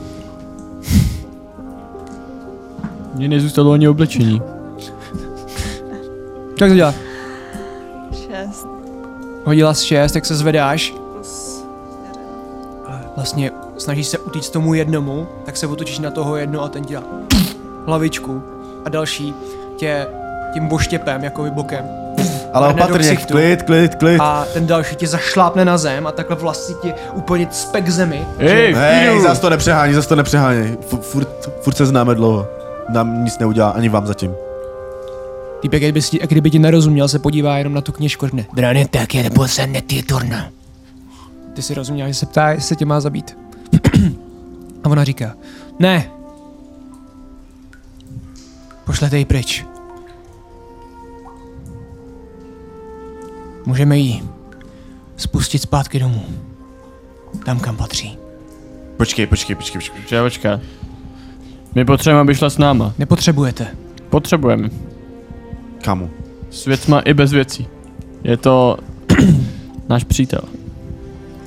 Mně nezůstalo ani oblečení. jak to dělá? Šest. Hodila z 6, tak se zvedáš. A Vlastně snažíš se utíct tomu jednomu, tak se otočíš na toho jedno a ten dělá hlavičku. A další tě tím boštěpem, jako bokem. Ale Vrhne do opatrně, ksichtu. klid, klid, klid. A ten další tě zašlápne na zem a takhle vlastně ti úplně cpe k zemi. Hej, Hej, Fidu! zas to nepřehání, zas to nepřehání. F- furt, furt se známe dlouho. Nám nic neudělá, ani vám zatím. Týpek, kdyby, si- kdyby ti nerozuměl, se podívá jenom na tu knižku, a řekne. Drane tak je nebo se netýturna. Ty si rozuměl, že se ptá, jestli tě má zabít. A ona říká, ne. Pošlete ji pryč. Můžeme ji spustit zpátky domů. Tam, kam patří. Počkej, počkej, počkej, počkej. Počkej, počkej. My potřebujeme, aby šla s náma. Nepotřebujete. Potřebujeme. Kamu? S věcma i bez věcí. Je to náš přítel.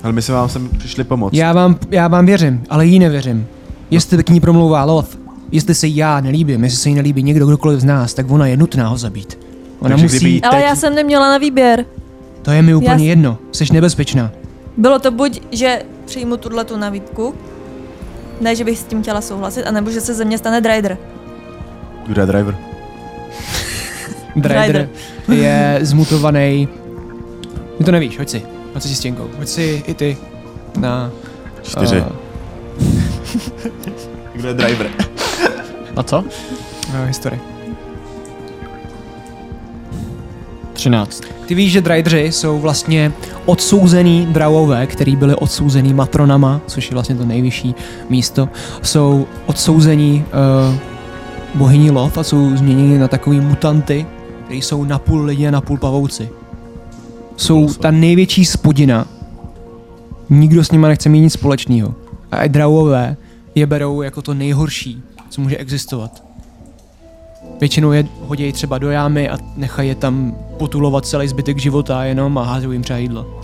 Ale my jsme vám sem přišli pomoct. Já vám, já vám věřím, ale jí nevěřím. Jestli k ní promlouvá Loth, jestli se jí já nelíbím, jestli se jí nelíbí někdo, kdokoliv z nás, tak ona je nutná ho zabít. Ona Takže musí, kdyby jí- Ale teď- já jsem neměla na výběr. to je mi úplně Já s- jedno, jsi nebezpečná. Bylo to buď, že přijmu tuhle tu nabídku, ne, že bych s tím chtěla souhlasit, anebo že se ze mě stane Drider. Kdo je driver? Drider Drider. je zmutovaný. Ty to nevíš, hoď si. Hoď si s těnkou. Hoď si i ty na... Čtyři. eh, Kdo je driver? A co? eh, historii. 13. Ty víš, že Drydři jsou vlastně odsouzený drauové, který byli odsouzený matronama, což je vlastně to nejvyšší místo. Jsou odsouzení uh, bohyní lov a jsou změněni na takový mutanty, kteří jsou napůl lidi a napůl pavouci. Jsou ta největší spodina. Nikdo s nima nechce mít nic společného. A i drauové je berou jako to nejhorší, co může existovat. Většinou je hodějí třeba do jámy a nechají je tam potulovat celý zbytek života jenom a házejí jim třeba jídlo.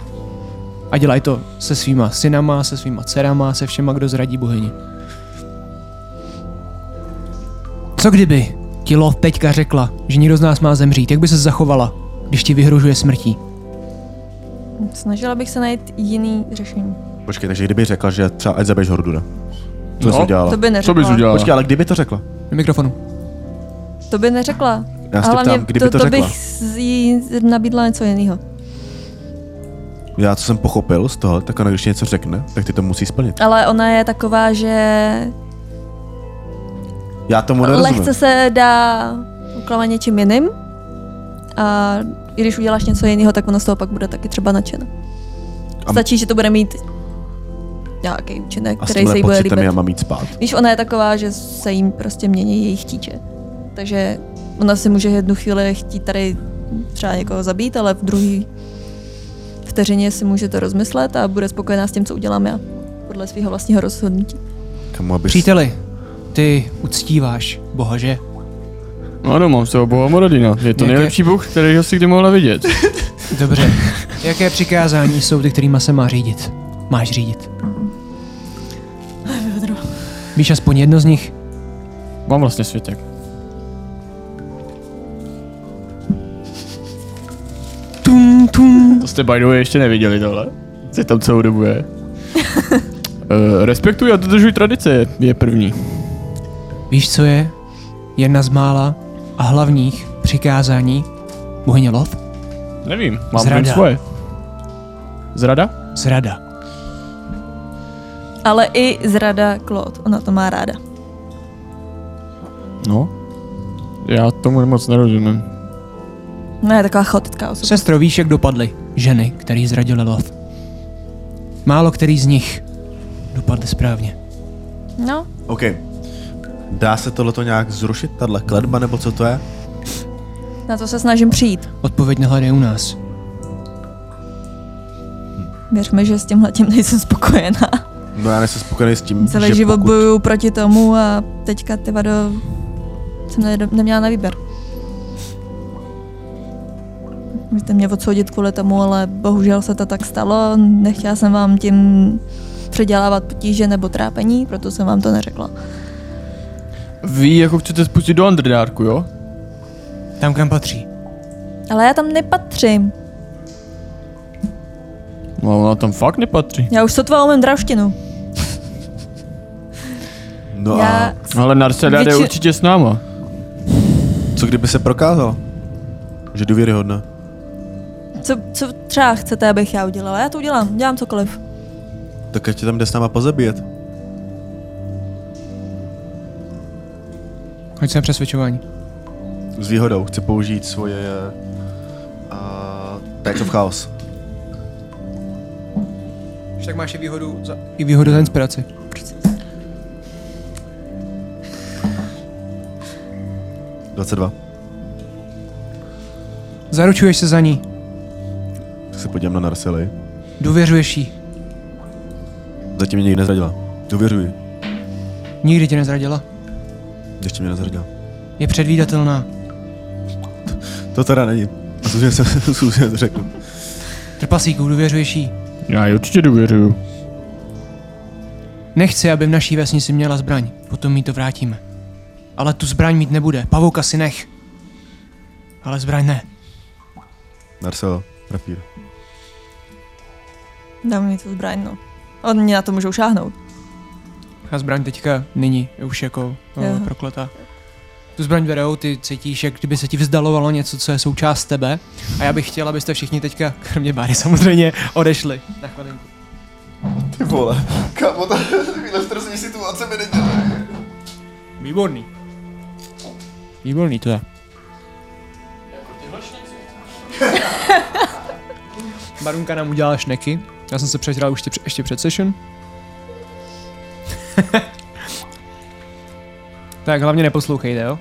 A dělají to se svýma synama, se svýma dcerama, se všema, kdo zradí bohyni. Co kdyby ti Loth teďka řekla, že někdo z nás má zemřít, jak by se zachovala, když ti vyhrožuje smrtí? Snažila bych se najít jiný řešení. Počkej, takže kdyby řekla, že třeba ať zabiješ Hordura. Co No. jsi udělala? To by Co neřekla. bys udělala? Počkej, ale kdyby to řekla? Do mikrofonu. To by neřekla. Já A se tě hlavně ptám, kdyby to, to, řekla. bych z- jí nabídla něco jiného. Já co jsem pochopil z toho, tak ona když něco řekne, tak ty to musí splnit. Ale ona je taková, že Já tomu nerozumím. lehce se dá uklamat něčím jiným. A i když uděláš něco jiného, tak ona z toho pak bude taky třeba nadšena. A- Stačí, že to bude mít nějaký účinek, A s který se tímhle jí bude líbit. pocitem já mám jít spát. Víš, ona je taková, že se jim prostě mění její chtíče. Takže ona si může jednu chvíli chtít tady třeba někoho zabít, ale v druhý vteřině si může to rozmyslet a bude spokojená s tím, co udělám já. Podle svého vlastního rozhodnutí. Kamu, abys... Příteli, ty uctíváš Boha, že? No ano, mám svého boha Morodina. Je to Jaké- nejlepší bůh, kterýho si kdy mohla vidět. Dobře. Jaké přikázání jsou ty, kterýma se má řídit? Máš řídit. Víš aspoň jedno z nich? Mám vlastně světek. Tum, tum. To jste by the way ještě neviděli tohle. Co tam celou dobu je. Eh, Respektuj a dodržuj tradice, je první. Víš, co je? Jedna z mála a hlavních přikázání bohyně lov? Nevím, mám Zrada. Zrada. svoje. Zrada? Zrada. Ale i zrada Claude, ona to má ráda. No. Já tomu moc nerozumím. Ona je taková chaotická osoba. Sestro, víš, jak dopadly ženy, které zradily lov? Málo který z nich dopadly správně. No, OK. Dá se tohleto nějak zrušit, tahle kletba, nebo co to je? na to se snažím přijít. Odpověď nehledej u nás. Věřme, že s tímhle tím nejsem spokojená. No já nejsem spokojený s tím, Celý že život pokud... bojuju proti tomu a teďka ty vado jsem ne- neměla na výběr. Můžete mě odsoudit kvůli tomu, ale bohužel se to tak stalo. Nechtěla jsem vám tím předělávat potíže nebo trápení, proto jsem vám to neřekla. Vy jako chcete spustit do Underdarku, jo? Tam, kam patří. Ale já tam nepatřím. No, ona tam fakt nepatří. Já už sotva umím draštinu. No a Já... Ale Narceda jde Větši- určitě s náma. co kdyby se prokázalo? Že důvěryhodná. Co, co třeba chcete, abych já udělala? Já to udělám, dělám cokoliv. Tak ať tě tam jde s náma pozabíjet. Hoď se na přesvědčování. S výhodou. Chci použít svoje... eh, Uh, Tides of Chaos. Když tak máš i výhodu za, i výhodu za inspiraci. Přece. 22. Zaručuješ se za ní, Tak se podívám na Narsilej. důvěřuješ jí, Zatím mě nikdy nezradila. Důvěřuji. nikdy tě nezradila, Ještě mě nezradila. je předvídatelná, To teda není. A zůzně jsem, zůzně to řekl. trpasíků, důvěřuješ jí. Já ji určitě důvěřuju. Nechci, aby v naší vesnici měla zbraň, potom mi to vrátíme. Ale tu zbraň mít nebude, pavouka si nech. Ale zbraň ne. Narsil, Rafír. Dám mi to zbraň, no. Oni na to můžou šáhnout. A zbraň teďka není, je už jako Jo. uh, prokletá. Tu zbraň vedou, ty cítíš, jak kdyby se ti vzdalovalo něco, co je součást tebe. A já bych chtěl, abyste všichni teďka, kromě Báry samozřejmě, odešli na chvilinku. Ty vole, kámo, ta takovýhle stresový situace mi nedělá. Výborný. Výborný to je. Barunka nám udělala šneky. Já jsem se přežral už tě, ještě před session. tak hlavně neposlouchejte, jo?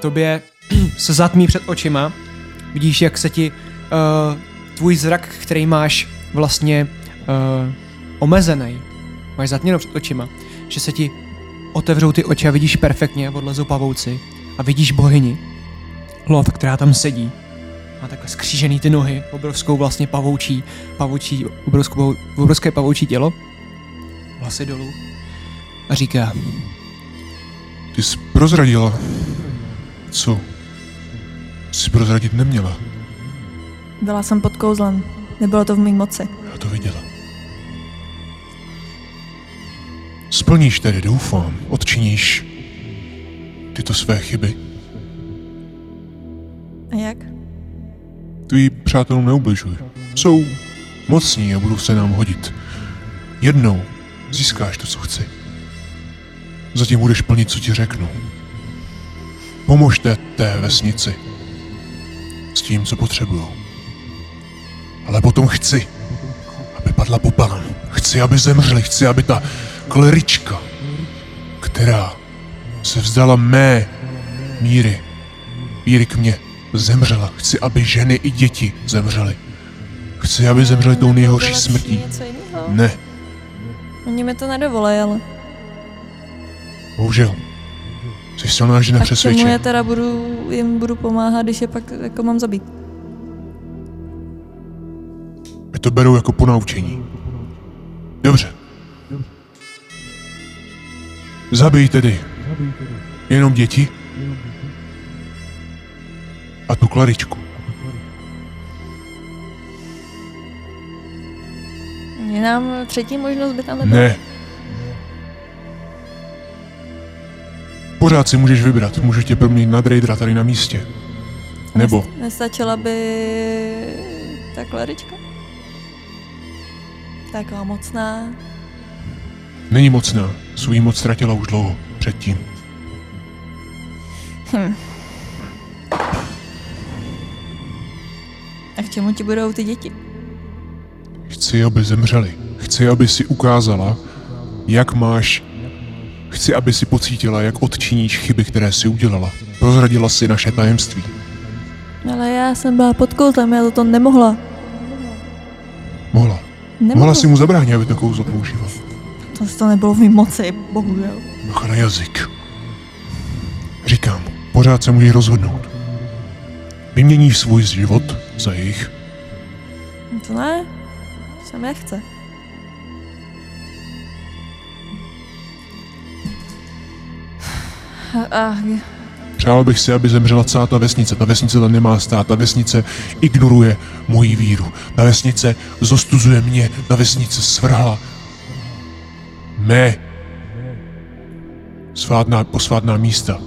Tobě se zatmí před očima. Vidíš, jak se ti uh, tvůj zrak, který máš vlastně uh, omezený, máš zatměno před očima, že se ti otevřou ty oči a vidíš perfektně, odlezou pavouci a vidíš bohyni, lov, která tam sedí. Má takhle skřížený ty nohy, obrovskou vlastně pavoučí, pavoučí, obrovskou, obrovské pavoučí tělo, vlasy dolů a říká, Ty jsi prozradila. Co? Jsi prozradit neměla. Byla jsem pod kouzlem. Nebylo to v mý moci. Já to viděla. Splníš tedy, doufám. Odčiníš tyto své chyby. A jak? Tví přátelům neubližuj. Jsou mocní a budou se nám hodit. Jednou získáš to, co chci. Zatím budeš plnit, co ti řeknu. Pomožte té vesnici s tím, co potřebujou. Ale potom chci, aby padla popelem. Chci, aby zemřeli. Chci, aby ta klerička, která se vzdala mé míry, míry k mně, zemřela. Chci, aby ženy i děti zemřely. Chci, aby zemřeli tou nejhorší Bylo smrtí. Něco jiného? Ne, Oni mi to nedovolí, ale... bohužel. Jsi A silná žena k čemu já přesvědčen. teda budu, jim budu pomáhat, když je pak jako mám zabít? My to berou jako ponaučení. Dobře. Zabij tedy. Jenom děti. A tu klaričku. Je nám třetí možnost by tam nebyla? Ne. Pořád si můžeš vybrat. Můžu tě proměnit na Drejdra tady na místě. Nebo Nest- Nestačila by ta klerička? Taková mocná. není mocná. Svůj moc ztratila už dlouho předtím. Hm. A k čemu ti budou ty děti? Chci, aby zemřeli. Chci, aby si ukázala, jak máš. Chci, aby si pocítila, jak odčiníš chyby, které si udělala. Prozradila si naše tajemství. Ale já jsem byla pod kouzlem, já to nemohla. Mohla. Nemohla. Mohla si mu zabránit, aby to kouzlo používal. To, to nebylo v mý moci, bohužel. Bacha na jazyk. Říkám, pořád se můžeš rozhodnout. Vyměníš svůj život za jejich. To ne. Jsem nechce. Ach, Přál bych si, aby zemřela celá ta vesnice. Ta vesnice tam nemá stát. Ta vesnice ignoruje moji víru. Ta vesnice zostuzuje mě. Ta vesnice svrhla mé svátná, posvátná místa.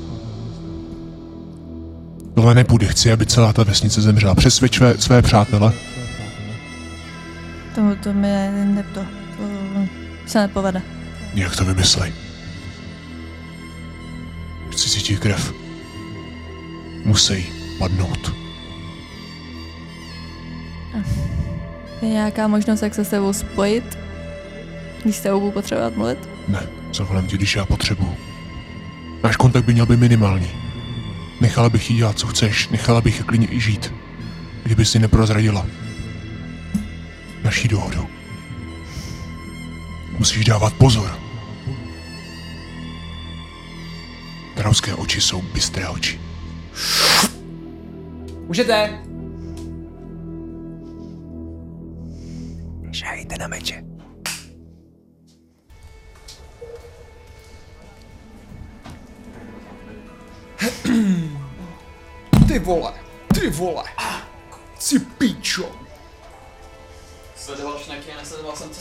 Tohle nepůjde. Chci, aby celá ta vesnice zemřela. Přesvědč své, své přátele. to, to mi ne, ne to, to se nepovede. Jak to vymyslej? Chci cítit krev. Musí padnout. Je nějaká možnost, jak se s tebou spojit? Když s tebou budu potřebovat mluvit? Ne, zavolám ti, když já potřebuju. Náš kontakt by měl být minimální. Nechala bych jí dělat, co chceš, nechala bych ji klidně i žít. Kdyby si neprozradila. Naší dohodu. Musíš dávat pozor. Královské oči jsou bystré oči. Můžete! Ty vole, ty vole, si píčo. Sledoval šnaky a nesledoval jsem co.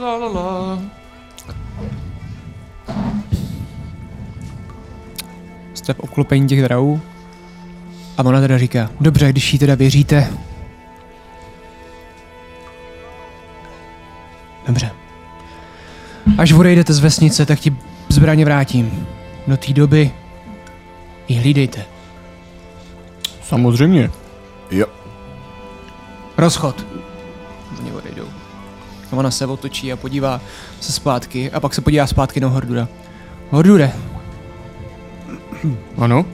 la la la. Jste v obklopení těch drahů. A ona teda říká, dobře, když jí teda věříte. Dobře. Až odejdete z vesnice, tak ti zbraně vrátím. Do té doby ji hlídejte. Samozřejmě. Jo. Rozchod. Oni odejdou. A Ona se otočí a podívá se zpátky a pak se podívá zpátky na Hordura. Hordure, Ano?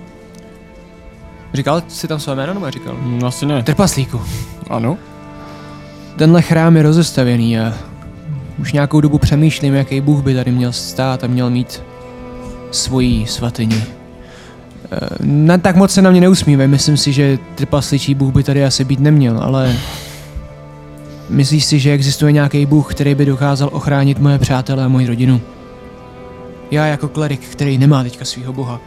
říkal jsi tam své jméno nebo říkal? Mm, Asi ne. Trpaslíku, Ano? tenhle chrám je rozestavěný a už nějakou dobu přemýšlím, jaký bůh by tady měl stát a měl mít svoji svatyni. Eh, Na, tak moc se na mě neusmívej, myslím si, že trpasličí bůh by tady asi být neměl, ale myslíš si, že existuje nějaký bůh, který by dokázal ochránit moje přátele a moji rodinu? Já jako klerik, který nemá teďka svého boha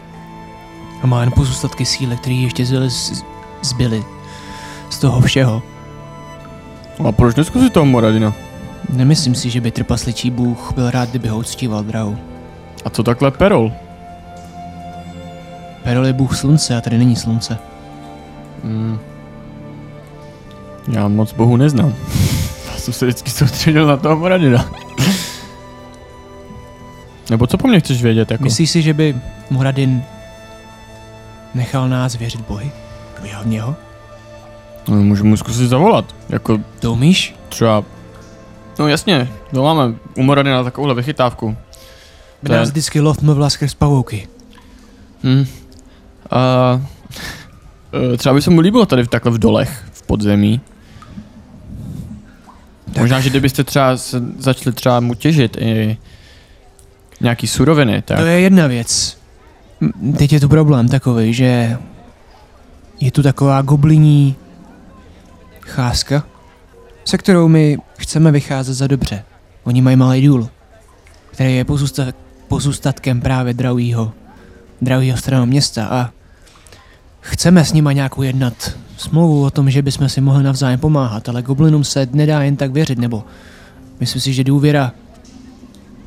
a má jen pozůstatky síly, které ještě zbyly, z- zbyly z toho všeho, A proč neskusit toho Moradina? Nemyslím si, že by trpasličí bůh byl rád, kdyby ho uctíval drahu. A co takhle Perol? Perol je bůh slunce a tady není slunce. Mm. Já moc bohu neznám. Já jsem se vždycky soustředil na toho Moradina. Nebo co po mně chceš vědět, jako? Myslíš si, že by Muradin nechal nás věřit bohy? Věřil v něho? No, můžu mu zkusit zavolat. Jako To umíš? třeba... No jasně, to máme u Moradina takovouhle vychytávku. By To je- nás vždycky loth mluvila skrz pavouky. Hm. A, e, třeba by se mu líbilo tady v- takhle v dolech, v podzemí. Možná, že kdybyste třeba se začali třeba mu těžit i nějaký suroviny, tak To je jedna věc. M, Teď je tu problém takový, že je tu taková gobliní cházka, se kterou my chceme vycházet za dobře. Oni mají malý důl, který je pozůsta- pozůstatkem právě draujího, draujího stranou města a chceme s nima nějakou jednat smlouvu o tom, že bychom si mohli navzájem pomáhat, ale goblinům se nedá jen tak věřit, nebo myslím si, že důvěra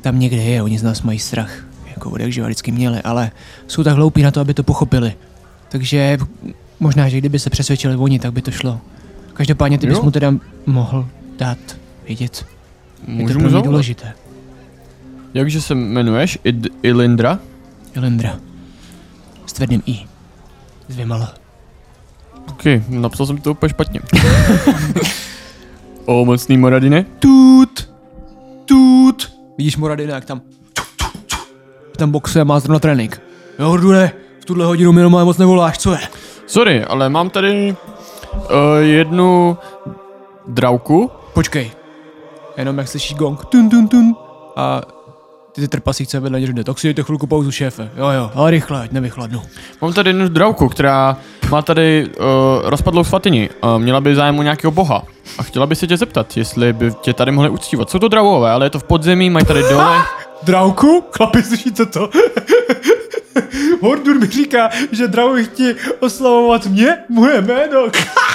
tam někde je, oni z nás mají strach, jako od jakživa vždycky měli, ale jsou tak hloupí na to, aby to pochopili. Takže možná, že kdyby se přesvědčili oni, tak by to šlo. Každopádně ty bys Jo. mu teda mohl dát vědět. Je to pro můžu mu mě zavolat. důležité. Jakže se jmenuješ? Id- Ilindra? Jelendra. S tvrdým I. S dvěma L. Ok, napsal jsem to úplně špatně. o, mocný Moradine. Tut! Tut! Vidíš Moradina, jak tam... Tam boxuje a má zrovna trénink. Jo, Hordure, v tuhle hodinu mi normálně moc nevoláš, co je? Sorry, ale mám tady uh, jednu drauku. Počkej. Jenom jak slyšíš gong. Tun, tun, tun. A ty, ty trpasíce vedle něj řekne, tak si dejte chvilku pauzu, šéfe. Jo, jo, ale rychle, ať nevychladnu. Mám tady jednu drauku, která má tady uh, rozpadlou svatyni. Uh, měla by zájem o nějakého boha. A chtěla by se tě zeptat, jestli by tě tady mohli uctívat. Jsou to draugové, ale je to v podzemí, mají tady dole. Drauku? Chlapi, slyšíte to? Hordur mi říká, že Drau chtějí oslavovat mě, moje jméno.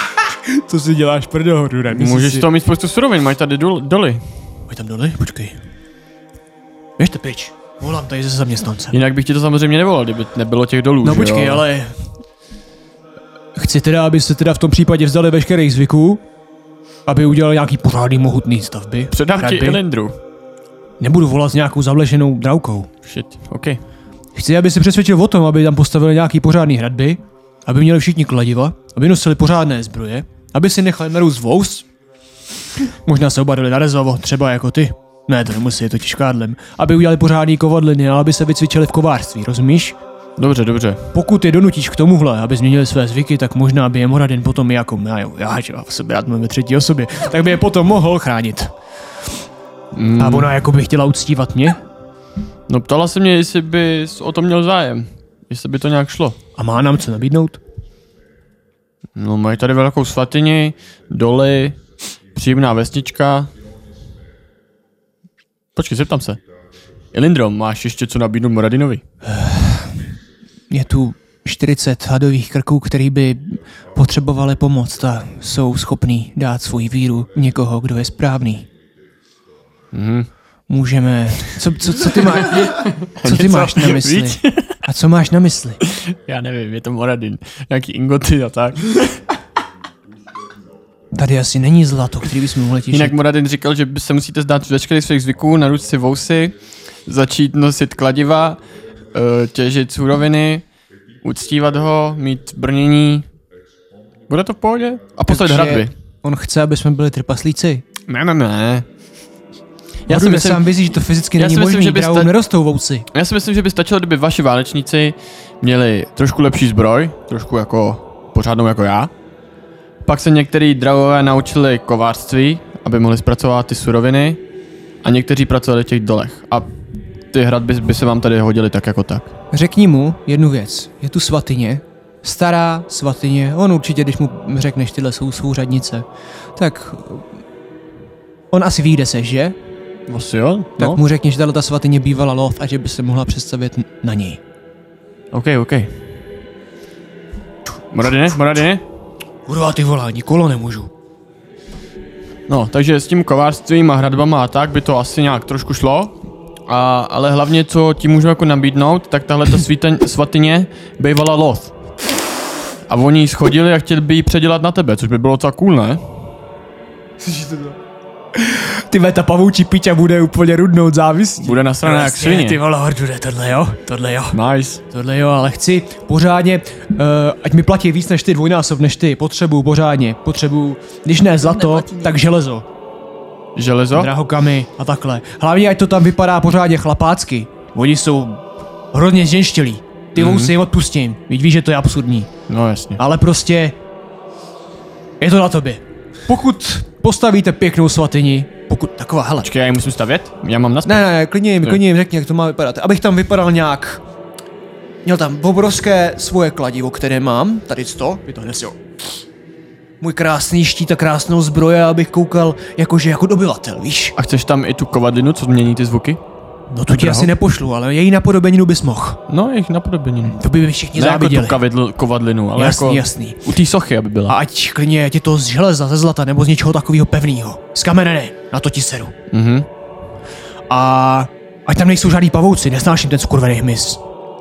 Co si děláš, prdo, Hordure? Můžeš to mít spoustu surovin, mají tady dol- doly. Pojď tam dole, počkej. Běžte pryč. Volám tady ze zaměstnance. Jinak bych ti to samozřejmě nevolal, kdyby nebylo těch dolů. No že počkej, jo? ale... Chci teda, aby se teda v tom případě vzdali veškerých zvyků, aby udělali nějaký pořádný mohutný stavby. Předám ti hradby. Ilindru. Nebudu volat s nějakou zavlešenou draukou. Shit, ok. Chci, aby se přesvědčil o tom, aby tam postavili nějaký pořádný hradby, aby měli všichni kladiva, aby nosili pořádné zbroje, aby si nechali narůst vous. Možná se obarili na rezovo, třeba jako ty. Ne, to nemusí, je to těžkádlem. Aby udělali pořádný kovadliny, ale aby se vycvičili v kovářství, rozumíš? Dobře, dobře. Pokud je donutíš k tomuhle, aby změnili své zvyky, tak možná by je Moradin potom i jako já, já, že já v sobě rád mluvím ve třetí osobě, tak by je potom mohl chránit. Mm. A ona jako by chtěla uctívat mě? No ptala se mě, jestli bys o to měl zájem. Jestli by to nějak šlo. A má nám co nabídnout? No mají tady velkou svatyni, doly, příjemná vesnička. Počkej, zeptám se. Ilindrom, máš ještě co nabídnout Moradinovi? Je tu 40 hadových krků, který by potřebovali pomoc a jsou schopní dát svoji víru v někoho, kdo je správný. Mhm. Můžeme... Co, co, co ty máš, co ty Něco, máš na mysli? viď? A co máš na mysli? Já nevím, je to Moradin. Nějaký ingoty a tak. Tady asi není zlato, který bychom mohli těžit. Jinak Moradin říkal, že se musíte zdát veškerých svých zvyků, narůst si vousy, začít nosit kladiva, eh, těžit suroviny, uctívat ho, mít brnění. Bude to v pohodě? A postavit Takže- hradby. On chce, aby jsme byli trpaslíci. Ne, ne, ne. Já si myslím, sám vizí, že to fyzicky já není si myslím, možný, že byste- dravou nerostou vouci. Já si myslím, že by stačilo, kdyby vaši válečníci měli trošku lepší zbroj, trošku jako pořádnou jako já. Pak se některý drahové naučili kovářství, aby mohli zpracovat ty suroviny a někteří pracovali v těch dolech. A ty hradby by se vám tady hodily tak jako tak. Řekni mu jednu věc. Je tu svatyně, stará svatyně. On určitě, když mu řekneš, tyhle jsou souřadnice, tak on asi vyjde se, že? Asi jo? Tak No. mu řekni, že tato ta svatyně bývala lov a že by se mohla představit na něj. OK, OK. Moradine, Moradine? Kurva ty volá, nikolo nemůžu. No, takže s tím kovářstvím a hradbama a tak by to asi nějak trošku šlo. A, ale hlavně, co ti můžu jako nabídnout, tak tahle ta svíteň- svatyně bývala loth. A oni ji schodili a chtěli by ji předělat na tebe, což by bylo docela cool, ne? Ty ve, ta pavoučí piťa bude úplně rudnout závisí. Bude nasraná jak Vlastně, Ty svině. vole, hordude, tohle jo, tohle jo, Nice. Tohle jo, ale chci pořádně, uh, ať mi platí víc než ty, dvojnásob než ty, potřebuju pořádně, potřebuju, když ne zlato, Neplatí nic. tak železo, Železo? drahokamy a takhle. Hlavně, ať to tam vypadá pořádně chlapácky. Oni jsou hrozně zženštělí. Ty mm-hmm. jim odpustím, víš, víš, že to je absurdní. No jasně. Ale prostě je to na tobě. Pokud postavíte pěknou svatyni, pokud taková, hele. Počkej, já ji musím stavět? Já mám naspět. Ne, ne, ne, klidně jim, klidně jim řekni, jak to má vypadat. Abych tam vypadal nějak. Měl tam obrovské svoje kladivo, které mám. Tady to, je to dnes, jo. Můj krásný štít a krásnou zbroje, abych koukal jakože jako dobyvatel, víš? A chceš tam i tu kovadlinu, co změní ty zvuky? No to ti asi nepošlu, ale její napodobeninu bys mohl. No, jejich napodobeninu. To by mi všichni Ne jako tu záviděli. kavidl, kovadlinu, ale jasný, jako jasný. u té sochy, aby byla. A ať klidně je ti to z železa, ze zlata nebo z něčeho takového pevného. Z kamene ne, na to ti seru. Mhm. A ať tam nejsou žádný pavouci, nesnáším ten skurvený hmyz.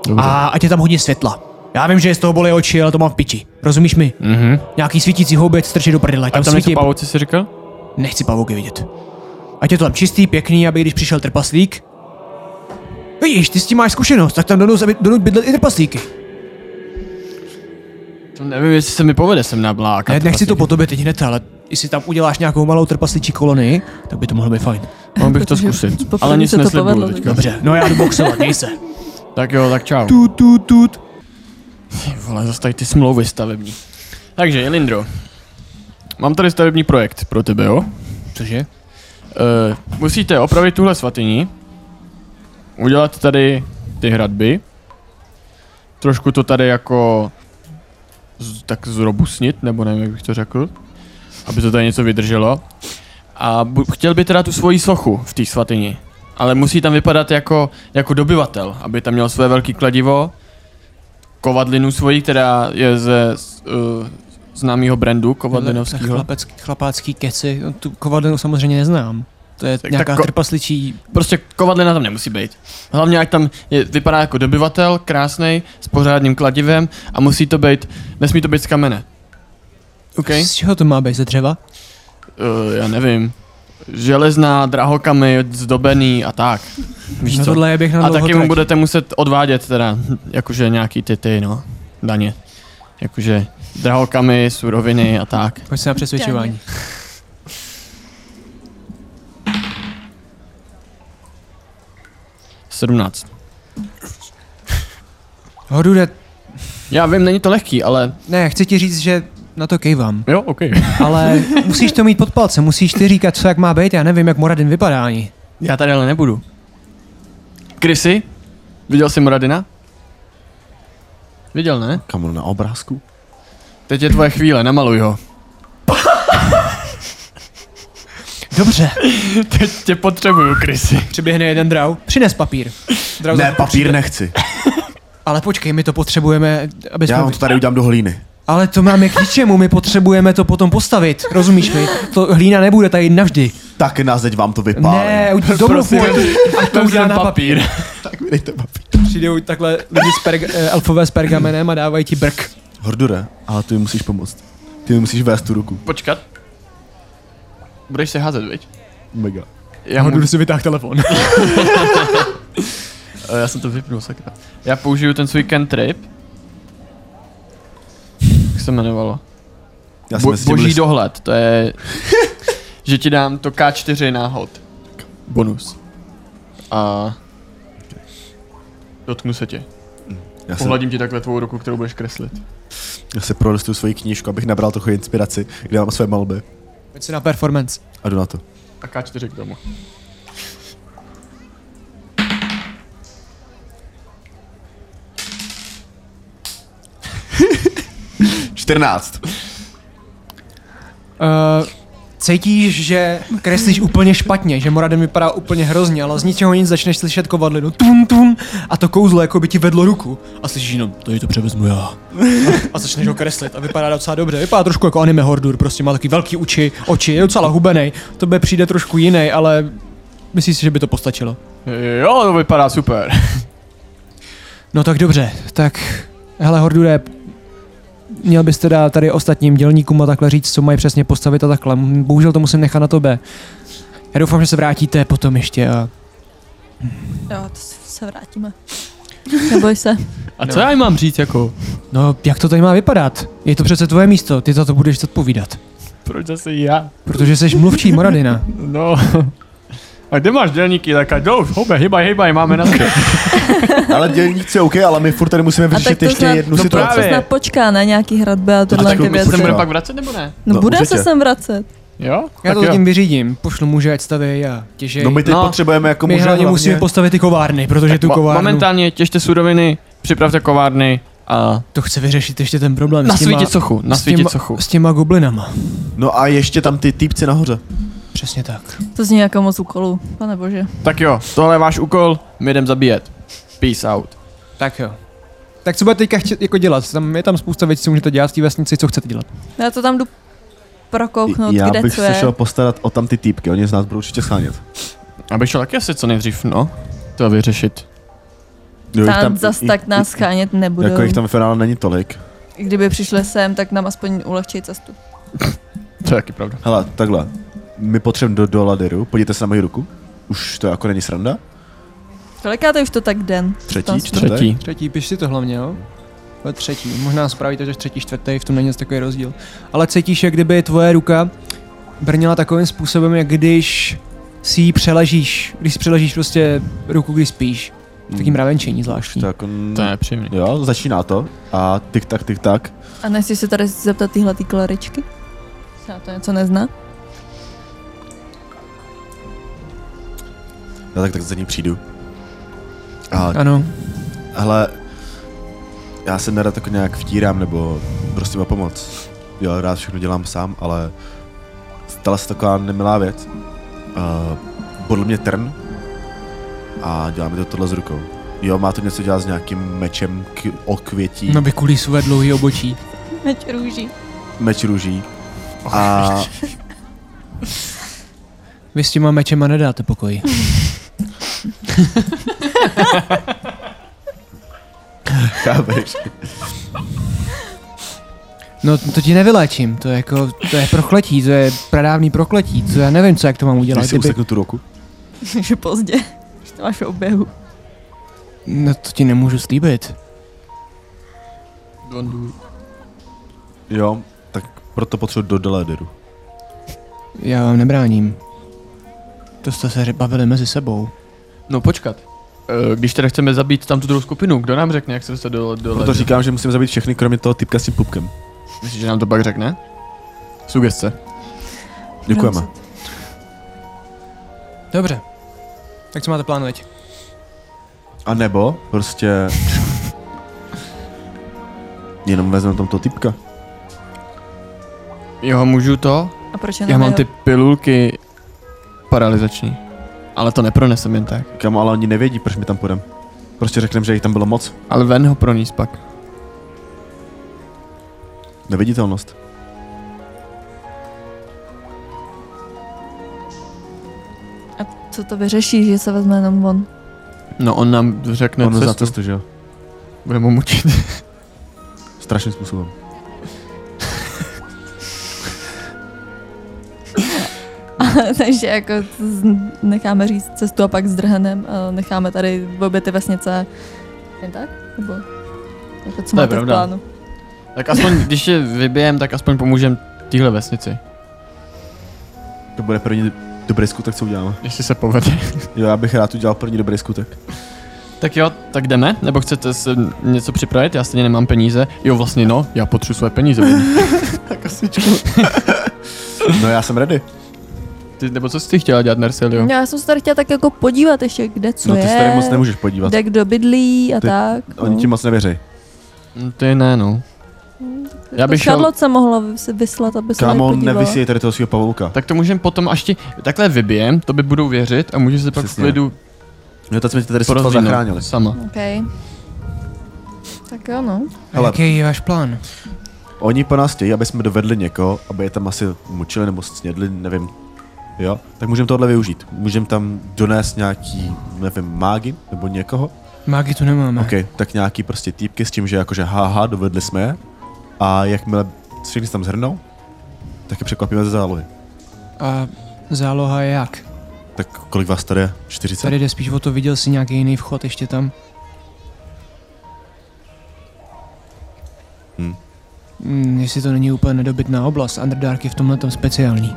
Dobře. A ať je tam hodně světla. Já vím, že je z toho bolí oči, ale to mám v piči. Rozumíš mi? Mhm. Nějaký svítící houbec strčí do prdele. ať A Tam, tam nejsou svítí... pavouci, si říkal? Nechci pavouky vidět. Ať je to tam čistý, pěkný, aby když přišel trpaslík. Vidíš, ty s tím máš zkušenost, tak tam donuť, aby, donuť bydlet i trpaslíky. To nevím, jestli se mi povede sem nablákat. Ne, nechci to po tobě teď hned, ale jestli tam uděláš nějakou malou trpasličí kolonii, tak by to mohlo být fajn. Mohl bych to Protože zkusit, poprvé ale nic se to neslibuju povedlo, teďka. takže- Dobře, no já jdu boxovat, měj se. Tak jo, tak čau. Tut, tut, tut. Ty vole, zase tady ty smlouvy stavební. Takže, Jelindro, mám tady stavební projekt pro tebe, jo? cože? Uh, musíte opravit tuhle svatyni, udělat tady ty hradby, trošku to tady jako z, tak zrobusnit, nebo nevím, jak bych to řekl, aby to tady něco vydrželo. A bu- chtěl by teda tu svoji sochu v té svatyni, ale musí tam vypadat jako, jako dobyvatel, aby tam měl své velký kladivo, kovadlinu svoji, která je ze uh, známého brandu kovadlinovského. Chlapecký, chlapácký keci, no, tu kovadlinu samozřejmě neznám. To je Tak- nějaká tak ko- trpasličí Prostě kovadlina tam nemusí být. Hlavně, ať tam je, vypadá jako dobyvatel, krásný, s pořádným kladivem a musí to být, nesmí to být z kamene. OK? Z čeho to má být? Ze dřeva? Uh, já nevím. železná, drahokamy, zdobený a tak. Víš Na co? No tohle je běh na A taky mu dlouhotrať. budete muset odvádět teda, jakože nějaký ty ty, no, daně. Jakože drahokamy, suroviny a tak. Pojď se na přesvědčování. Sedmnáct. Horude, Já vím, není to lehký, ale ne, chci ti říct, že na to kejvám. jo, ok. Ale musíš to mít pod palcem, musíš ty říkat, co jak má být, já nevím, jak Moradin vypadá ani. Já tady ale nebudu. Krysy? Viděl jsi Moradina? Viděl, ne? Kam na obrázku? Teď je tvoje chvíle, namaluj ho. Dobře. Teď tě potřebuju, Krysy. Přiběhne jeden draw. Přines papír. Draw za- Ne, papír nechci. Ale počkej, my to potřebujeme, aby jsme... Já vám to tady udělám do hlíny. Ale to máme k ničemu, my potřebujeme to potom postavit, rozumíš mi? To hlína nebude tady navždy. Tak nás teď vám to vypálí. Ne, udělej dobrou Prosím, A to udělá na papír. tak mi dejte papír. Přijdou takhle lidi s perg- eh, elfové s pergamenem a dávají ti brk. Hordure, ale ty mi musíš pomoct. Ty mi musíš vést tu ruku. Počkat. Budeš se házet, viď? Mega. Já, mu, si vytáhl telefon. já jsem to vypnul, sakra. Já použiju ten svůj cantrip. Jak se jmenovalo? Já jsem Bo- mezi těmi boží listy- dohled, to je... že ti dám to K4 náhod. Bonus. A... Dotknu se tě. Já se, Pohladím ti takhle tvou ruku, kterou budeš kreslit. já se prolistuju svoji knížku, abych nabral trochu inspiraci, kde mám své malby. Pojď si na performance. A jdu na to. A K4 k tomu. Čtrnáct. Uh, cítíš, že kreslíš úplně špatně, že Moradin vypadá úplně hrozně, ale z ničeho nic začneš slyšet kovadlinu tum tum a to kouzlo jako by ti vedlo ruku a slyšíš jenom, to je to převezmu já. a začneš ho kreslit a vypadá docela dobře, vypadá trošku jako anime hordur, prostě má taky velký uči, oči, je docela hubenej, tobě přijde trošku jiný, ale myslíš si, že by to postačilo. Jo, to vypadá super. No tak dobře, tak hele Hordure, měl byste dát tady ostatním dělníkům a takhle říct, co mají přesně postavit a takhle. Mm, Bohužel to musím nechat na tobe. Já doufám, že se vrátíte potom ještě a... Jo, to se se vrátíme. Neboj se. A co já jim mám říct jako? No, jak to tady má vypadat? Je to přece tvoje místo, ty za to budeš odpovídat. Proč zase já? Protože jsi mluvčí Moradina. No. A kde máš dělníky? Tak a jdou, hobe, hybaj, hybaj, máme na svět. Ale dělníci, OK, ale my furt tady musíme vyřešit to ještě snad- jednu No situaci. To právě. snad počká na nějaký hradby a tohle tak ty kluci věci. Se Počkej, bude no. pak vracet nebo ne? No No, bude se určitě. sem vracet. Jo? Já tak to jo. tím vyřídím, pošlu muže, ať staví a těžej. No my teď No, potřebujeme jako my muže hlavně musíme postavit ty kovárny, protože tu Mo- kovárnu... Momentálně těžte suroviny, připravte kovárny a To chce vyřešit ještě ten problém No, s těma, nasvítit sochu, nasvítit sochu. s těma goblinama. No a ještě tam ty týpci nahoře. Přesně tak. To zní jako moc úkolů, pane bože. Tak jo, tohle je váš úkol, my jdem zabíjet. Peace out. Tak jo. Tak co budete teďka chtět jako dělat? Tam je tam spousta věcí, co můžete dělat v té vesnici, co chcete dělat. Já to tam jdu prokouknout, Já kde bych co se je. šel postarat o tam ty týpky, oni z nás budou určitě schánět. Abych šel taky asi co nejdřív, no. To vyřešit. Jo, jich Tam zas jich- tak nás jich- chánět nebudou. Jako jich tam ve finále není tolik. I Kdyby přišli sem, tak nám aspoň ulehčí cestu. To je taky pravda. Hele, takhle. My potřebujeme do, do laderu, podívejte se na moji ruku. Už to jako není sranda. Kolikáte už to tak den? Třetí, Tam- čtvrtý. Třetí. Třetí, piš si to hlavně, jo? Ale třetí, možná spravíte, že třetí, čtvrtý, v tom není nic takový rozdíl. Ale cítíš, jak kdyby tvoje ruka brněla takovým způsobem, jak když si ji přeležíš, když si přeležíš prostě ruku, když spíš. Takým ravenčení zvláštní. To jako... To je příjemný. Jo, začíná to. A tik tak, tik tak. A nechci se tady zeptat tyhle ty kleričky? Se na to něco nezná? Já tak, tak za ní přijdu. A Ano, hele, já se nerad jako nějak vtírám, nebo prostě o pomoc. Jo, rád všechno dělám sám, ale stala se taková nemilá věc. Uh, podle mě trn a děláme to tohle s rukou. Jo, má to něco dělat s nějakým mečem k okvětí, na vykulísu ve dlouhý obočí. Meč růží. meč růží. A Vy s těma mečema nedáte pokoj. chápeš? No to ti nevyléčím, to je jako, to je prokletí, to je pradávný prokletí, to já nevím, co jak to mám udělat. Když si kdyby- useknu tu roku. Že pozdě. Že to máš v oběhu. No to ti nemůžu slíbit. Jo, tak proto potřebuji do Deladeru. Já vám nebráním. To jste se bavili mezi sebou. No počkat. Eh, Když teda chceme zabít tam tu druhou skupinu, kdo nám řekne, jak se dostat do, do Proto ledu? říkám, že musím zabít všechny, kromě toho typka s tím pupkem. Myslíš, že nám to pak řekne? Sugestce. Děkujeme. Dobře. Tak co máte plán teď? A nebo prostě... Jenom vezmeme tam toho typka. Jo, můžu to? A proč Já jenom mám jeho- ty pilulky paralizační. Ale to nepronesem jen tak. Kam ale oni nevědí, proč mi tam půjdeme. Prostě řekneme, že jich tam bylo moc. Ale ven ho proníst pak. Neviditelnost. Co to vyřeší, že se vezme jenom on? No on nám řekne On cestu. za cestu, že jo? Budeme mu mučit. Strašným způsobem. Takže jako z- necháme říct cestu a pak s drhenem a necháme tady v obě ty vesnice. Jen tak? Nebo jako To je co máte v pravda. plánu? tak aspoň, když je vybijem, tak aspoň pomůžem téhle vesnici. To bude první dobrý skutek, co uděláme. Jestli se povede. Jo, já bych rád udělal první dobrý skutek. tak jo, tak jdeme? Nebo chcete se něco připravit? Já stejně nemám peníze. Jo, vlastně no, já potřebuji své peníze. tak asičku. No já jsem ready. Ty, nebo co jsi chtěla dělat, Nerselio? Já jsem se tady chtěla tak jako podívat ještě, kde co no ty je, se tady moc nemůžeš podívat. kde kdo bydlí a Ty- tak. Oni ti moc nevěří. Mm, Ty ne, no. Já bych šel- šel... se mohla vy- si vyslat, aby se Kámo, tady podívala. nevysílej tady toho svého pavouka. Tak to můžeme potom až ti takhle vybijem, to by budou věřit a můžeš se pak v Přesně. klidu No to jsme tě tady sotva zachránili. porozvínout sama. OK. Tak jo, no. Hele. Hele. Jaký je váš plán? Oni po nás chtějí, aby jsme dovedli někoho, aby je tam asi mučili nebo snědli, nevím. Jo, tak můžeme tohle využít. Můžeme tam donést nějaký, nevím, mágy nebo někoho. Mágy tu nemáme. OK, tak nějaký prostě týpky s tím, že jakože haha, dovedli jsme je. A jakmile všichni se tam zhrnou, tak je překvapíme ze zálohy. A záloha je jak? Tak kolik vás tady je? 40? Tady jde spíš o to, viděl jsi nějaký jiný vchod ještě tam? Hm. Hmm, jestli to není úplně nedobytná oblast, Underdark je v tomhle tom speciální.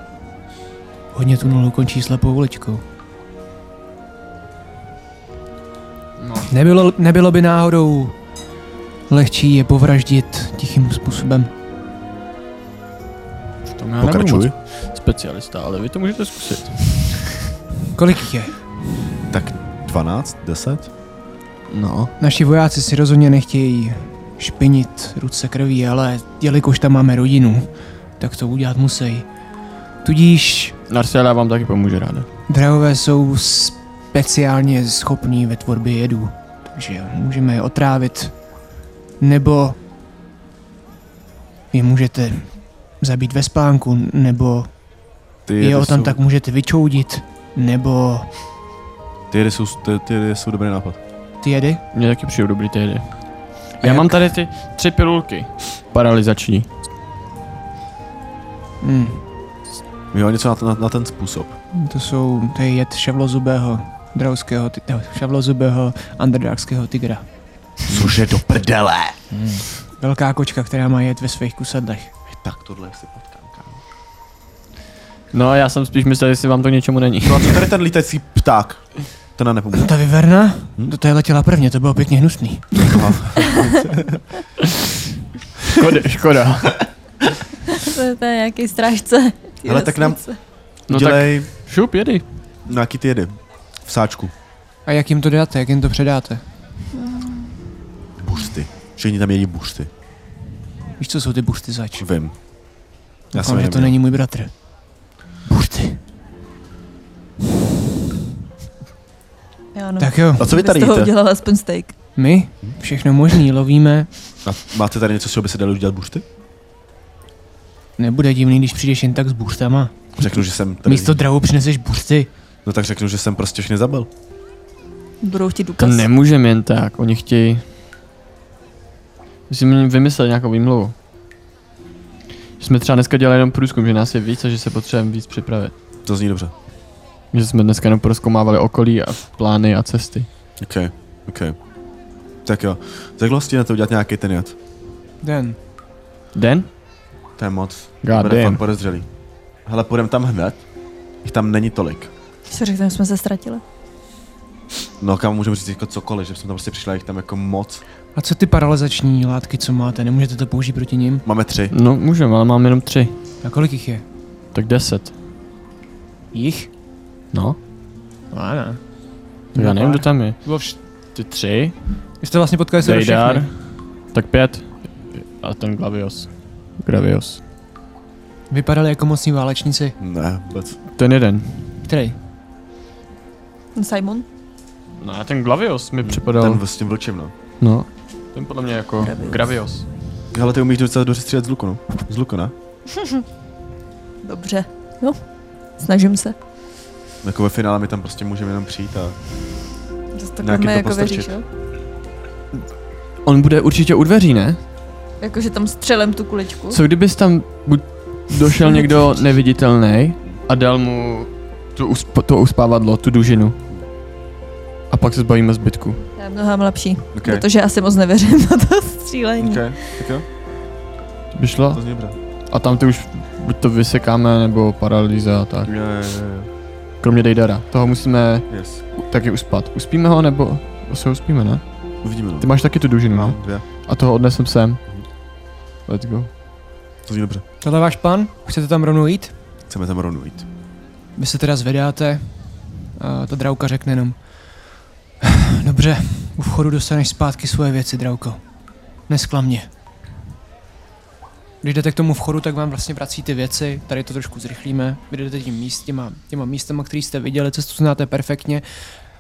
Hodně tunelů končí slepou uličkou. No. Nebylo, nebylo by náhodou lehčí je povraždit tichým způsobem. V tom já nebudu Pokračuj. moc specialista, ale vy to můžete zkusit. Kolik jich je? 12? 10? No. Naši vojáci si rozhodně nechtějí špinit ruce krví, ale jelikož tam máme rodinu, tak to udělat musí. Tudíž Narciela vám taky pomůže ráda. Drahové jsou speciálně schopní ve tvorbě jedů, takže můžeme je otrávit, nebo je můžete zabít ve spánku, nebo Ty je jedy ho tam jsou, tak můžete vyčoudit, nebo Ty jedy jsou, ty, ty jedy jsou dobrý nápad. ty jedy? Mně taky přijde dobrý tehdy. A Já jak- mám tady ty tři pilulky. Paralizační. Hmm, Jo, něco na, na, na ten způsob. to jsou, to je jed šavlozubého, drauského, ty- ne, šavlozubého, underdarkského tigra. Cože do prdele? Hmm. Velká kočka, která má jet ve svých kusadlech. Tak tohle si potkám, kámo. No já jsem spíš myslel, jestli vám to k něčemu není. No a co tady ten lítající pták? To nám nepomůže. Ta vyverna? Hm? Do té letěla prvně, to bylo pěkně hnusný. Škoda, škoda. To je, to je nějaký strážce. té Hele, tak nám- vesnice. No tak Dělej šup, jedi. tak... nějaký ty jedy. V sáčku. A jak jim to dáte, jak jim to předáte? Bursty. Všichni tam jedí bursty. Víš, co jsou ty bursty zač? Vím. Já jsem Doufám, že to neměl. není můj bratr. Bursty. Jo, no. Tak jo, A co vy Bez tady toho jíte? udělal aspoň steak. my všechno možný lovíme. A máte tady něco, co by se dalo udělat bursty? Nebude divný, když přijdeš jen tak s burstama. Řeknu, že jsem tady. Místo drahu přineseš bursty. No tak řeknu, že jsem prostě všechny zabil. Budou ti To důkaz. nemůžeme jen tak, oni chtějí... Musím jim vymyslet nějakou výmluvu. Že jsme třeba dneska dělali jenom průzkum, že nás je víc a že se potřebujeme víc připravit. To zní dobře. Že jsme dneska jenom prozkoumávali okolí a plány a cesty. OK, OK. Tak jo. Tak vlastně na to udělat nějaký ten jad. Den. Den? To je moc. God Bude fakt damn. podezřelý. Hele, půjdeme tam hned. Jich tam není tolik. Co řekneme, jsme se ztratili. No kam můžeme říct jako cokoliv, že jsem tam prostě přišla, jich tam jako moc. A co ty paralizační látky, co máte? Nemůžete to použít proti nim? Máme tři. No můžeme, ale mám jenom tři. A kolik jich je? Tak deset. Jich? No. No, ne. Tak já nevím, kdo tam je. Bylo vš- Ty tři. Vy jste vlastně potkali se Dejdar. Tak pět. A ten Glavios. Gravios. Vypadali jako mocní válečníci. Ne, vůbec. Ten jeden. Který? Simon? No a ten Glavios mi připadal. Ten s tím vlčem, no. No. Ten podle mě jako Gravios. Gravios. Hele, ty umíš docela dobře střílet z luku, no. Z luku, ne? Dobře. Jo. Snažím se. Jako ve finále my tam prostě můžeme jenom přijít a... Zase Nějak je to postrčit. jo? On bude určitě u dveří, ne? Jakože tam střelem tu kuličku. Co kdybys tam buď došel někdo neviditelný a dal mu tu usp- to uspávadlo, tu dužinu. A pak se zbavíme zbytku. Já je mnohem lepší. OK. No Protože asi moc nevěřím na to střílení. OK, tak jo, By šlo? to zní dobře. A tam ty už buď to vysekáme, nebo paralýza a tak. Jo, jo, jo, jo. Kromě Dejdara. Toho musíme Yes. u- taky uspat. Uspíme ho, nebo se uspíme, ne? Uvidíme, no. Ty máš taky tu dužinu, No, ne? dvě. A toho odnesem sem. Let's go. To zní dobře. Tohle je váš plán? Chcete tam rovnou jít? Chceme tam rovnou jít. Vy se teda zvedáte a ta drauka řekne jenom. Dobře, u vchodu dostaneš zpátky svoje věci, drauko. Nesklam mě. Když jdete k tomu vchodu, tak vám vlastně vrací ty věci, tady to trošku zrychlíme, vy jdete tím míst, těma, těma místama, který jste viděli, cestu znáte perfektně,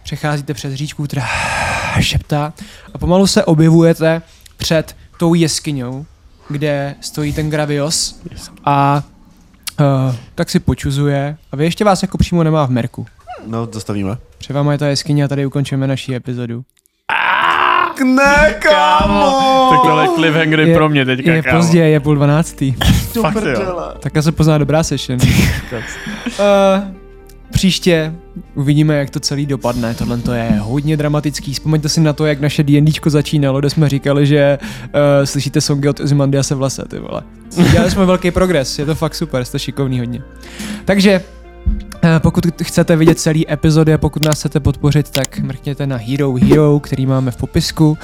přecházíte přes říčku, která šeptá a pomalu se objevujete před tou jeskyňou, kde stojí ten Gravios a Uh, tak si počuzuje a vy ještě vás jako přímo nemá v merku. No, zastavíme. Před váma je ta jeskyně a tady ukončíme naši epizodu. Ne, kámo! Tak tohle je cliffhanger Je- je, pro mě teďka, Je kámo. pozdě, je půl dvanáctý. Fakt jo. Takhle se pozná dobrá session. uh, příště uvidíme, jak to celý dopadne. Tohle to je hodně dramatický. Vzpomeňte si na to, jak naše D&Dčko začínalo, kde jsme říkali, že uh, slyšíte songy od Ozymandia se v lese, ty vole. Dělali jsme velký progres, je to fakt super, jste šikovný hodně. Takže Eh, Pokud t- chcete vidět celý epizody a pokud nás chcete podpořit, tak mrkněte na Hero Hero, který máme v popisku. Eh,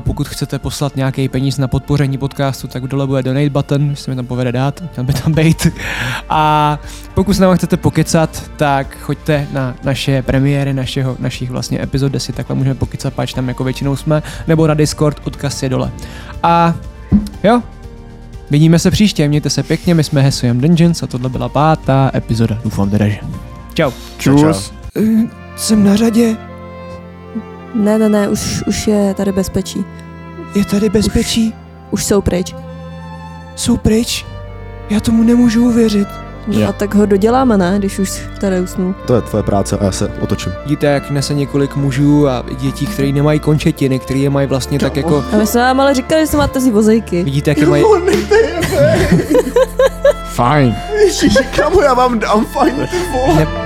Pokud chcete poslat nějaký peníz na podpoření podcastu, tak dole bude donate button, jestli mi tam povede dát, měl by tam být. A pokud s námi chcete pokecat, tak choďte na naše premiéry našeho, našich vlastně epizod, kde si takhle můžeme pokecat, páč tam jako většinou jsme, nebo na Discord, odkaz je dole. A jo, vidíme se příště, mějte se pěkně, my jsme Hesujam Dungeons a tohle byla pátá epizoda. Doufám teda, že. Čus. Jsem na řadě, Ne, ne, ne, už, už je tady bezpečí. je tady bezpečí, Už jsou pryč. jsou pryč. Já tomu nemůžu uvěřit. No Jo. a tak ho doděláme, ne, když už tady usnu. To je tvoje práce a já se otočím. Vidíte, jak nese několik mužů a dětí, kteří nemají končetiny, kteří je mají vlastně tak jako... A my jsme vám ale říkali, že se máte si vozejky. Vidíte, jak je mají... Fajn. Ježiši, kámo, já vám dám fajn, ty vole. Ne,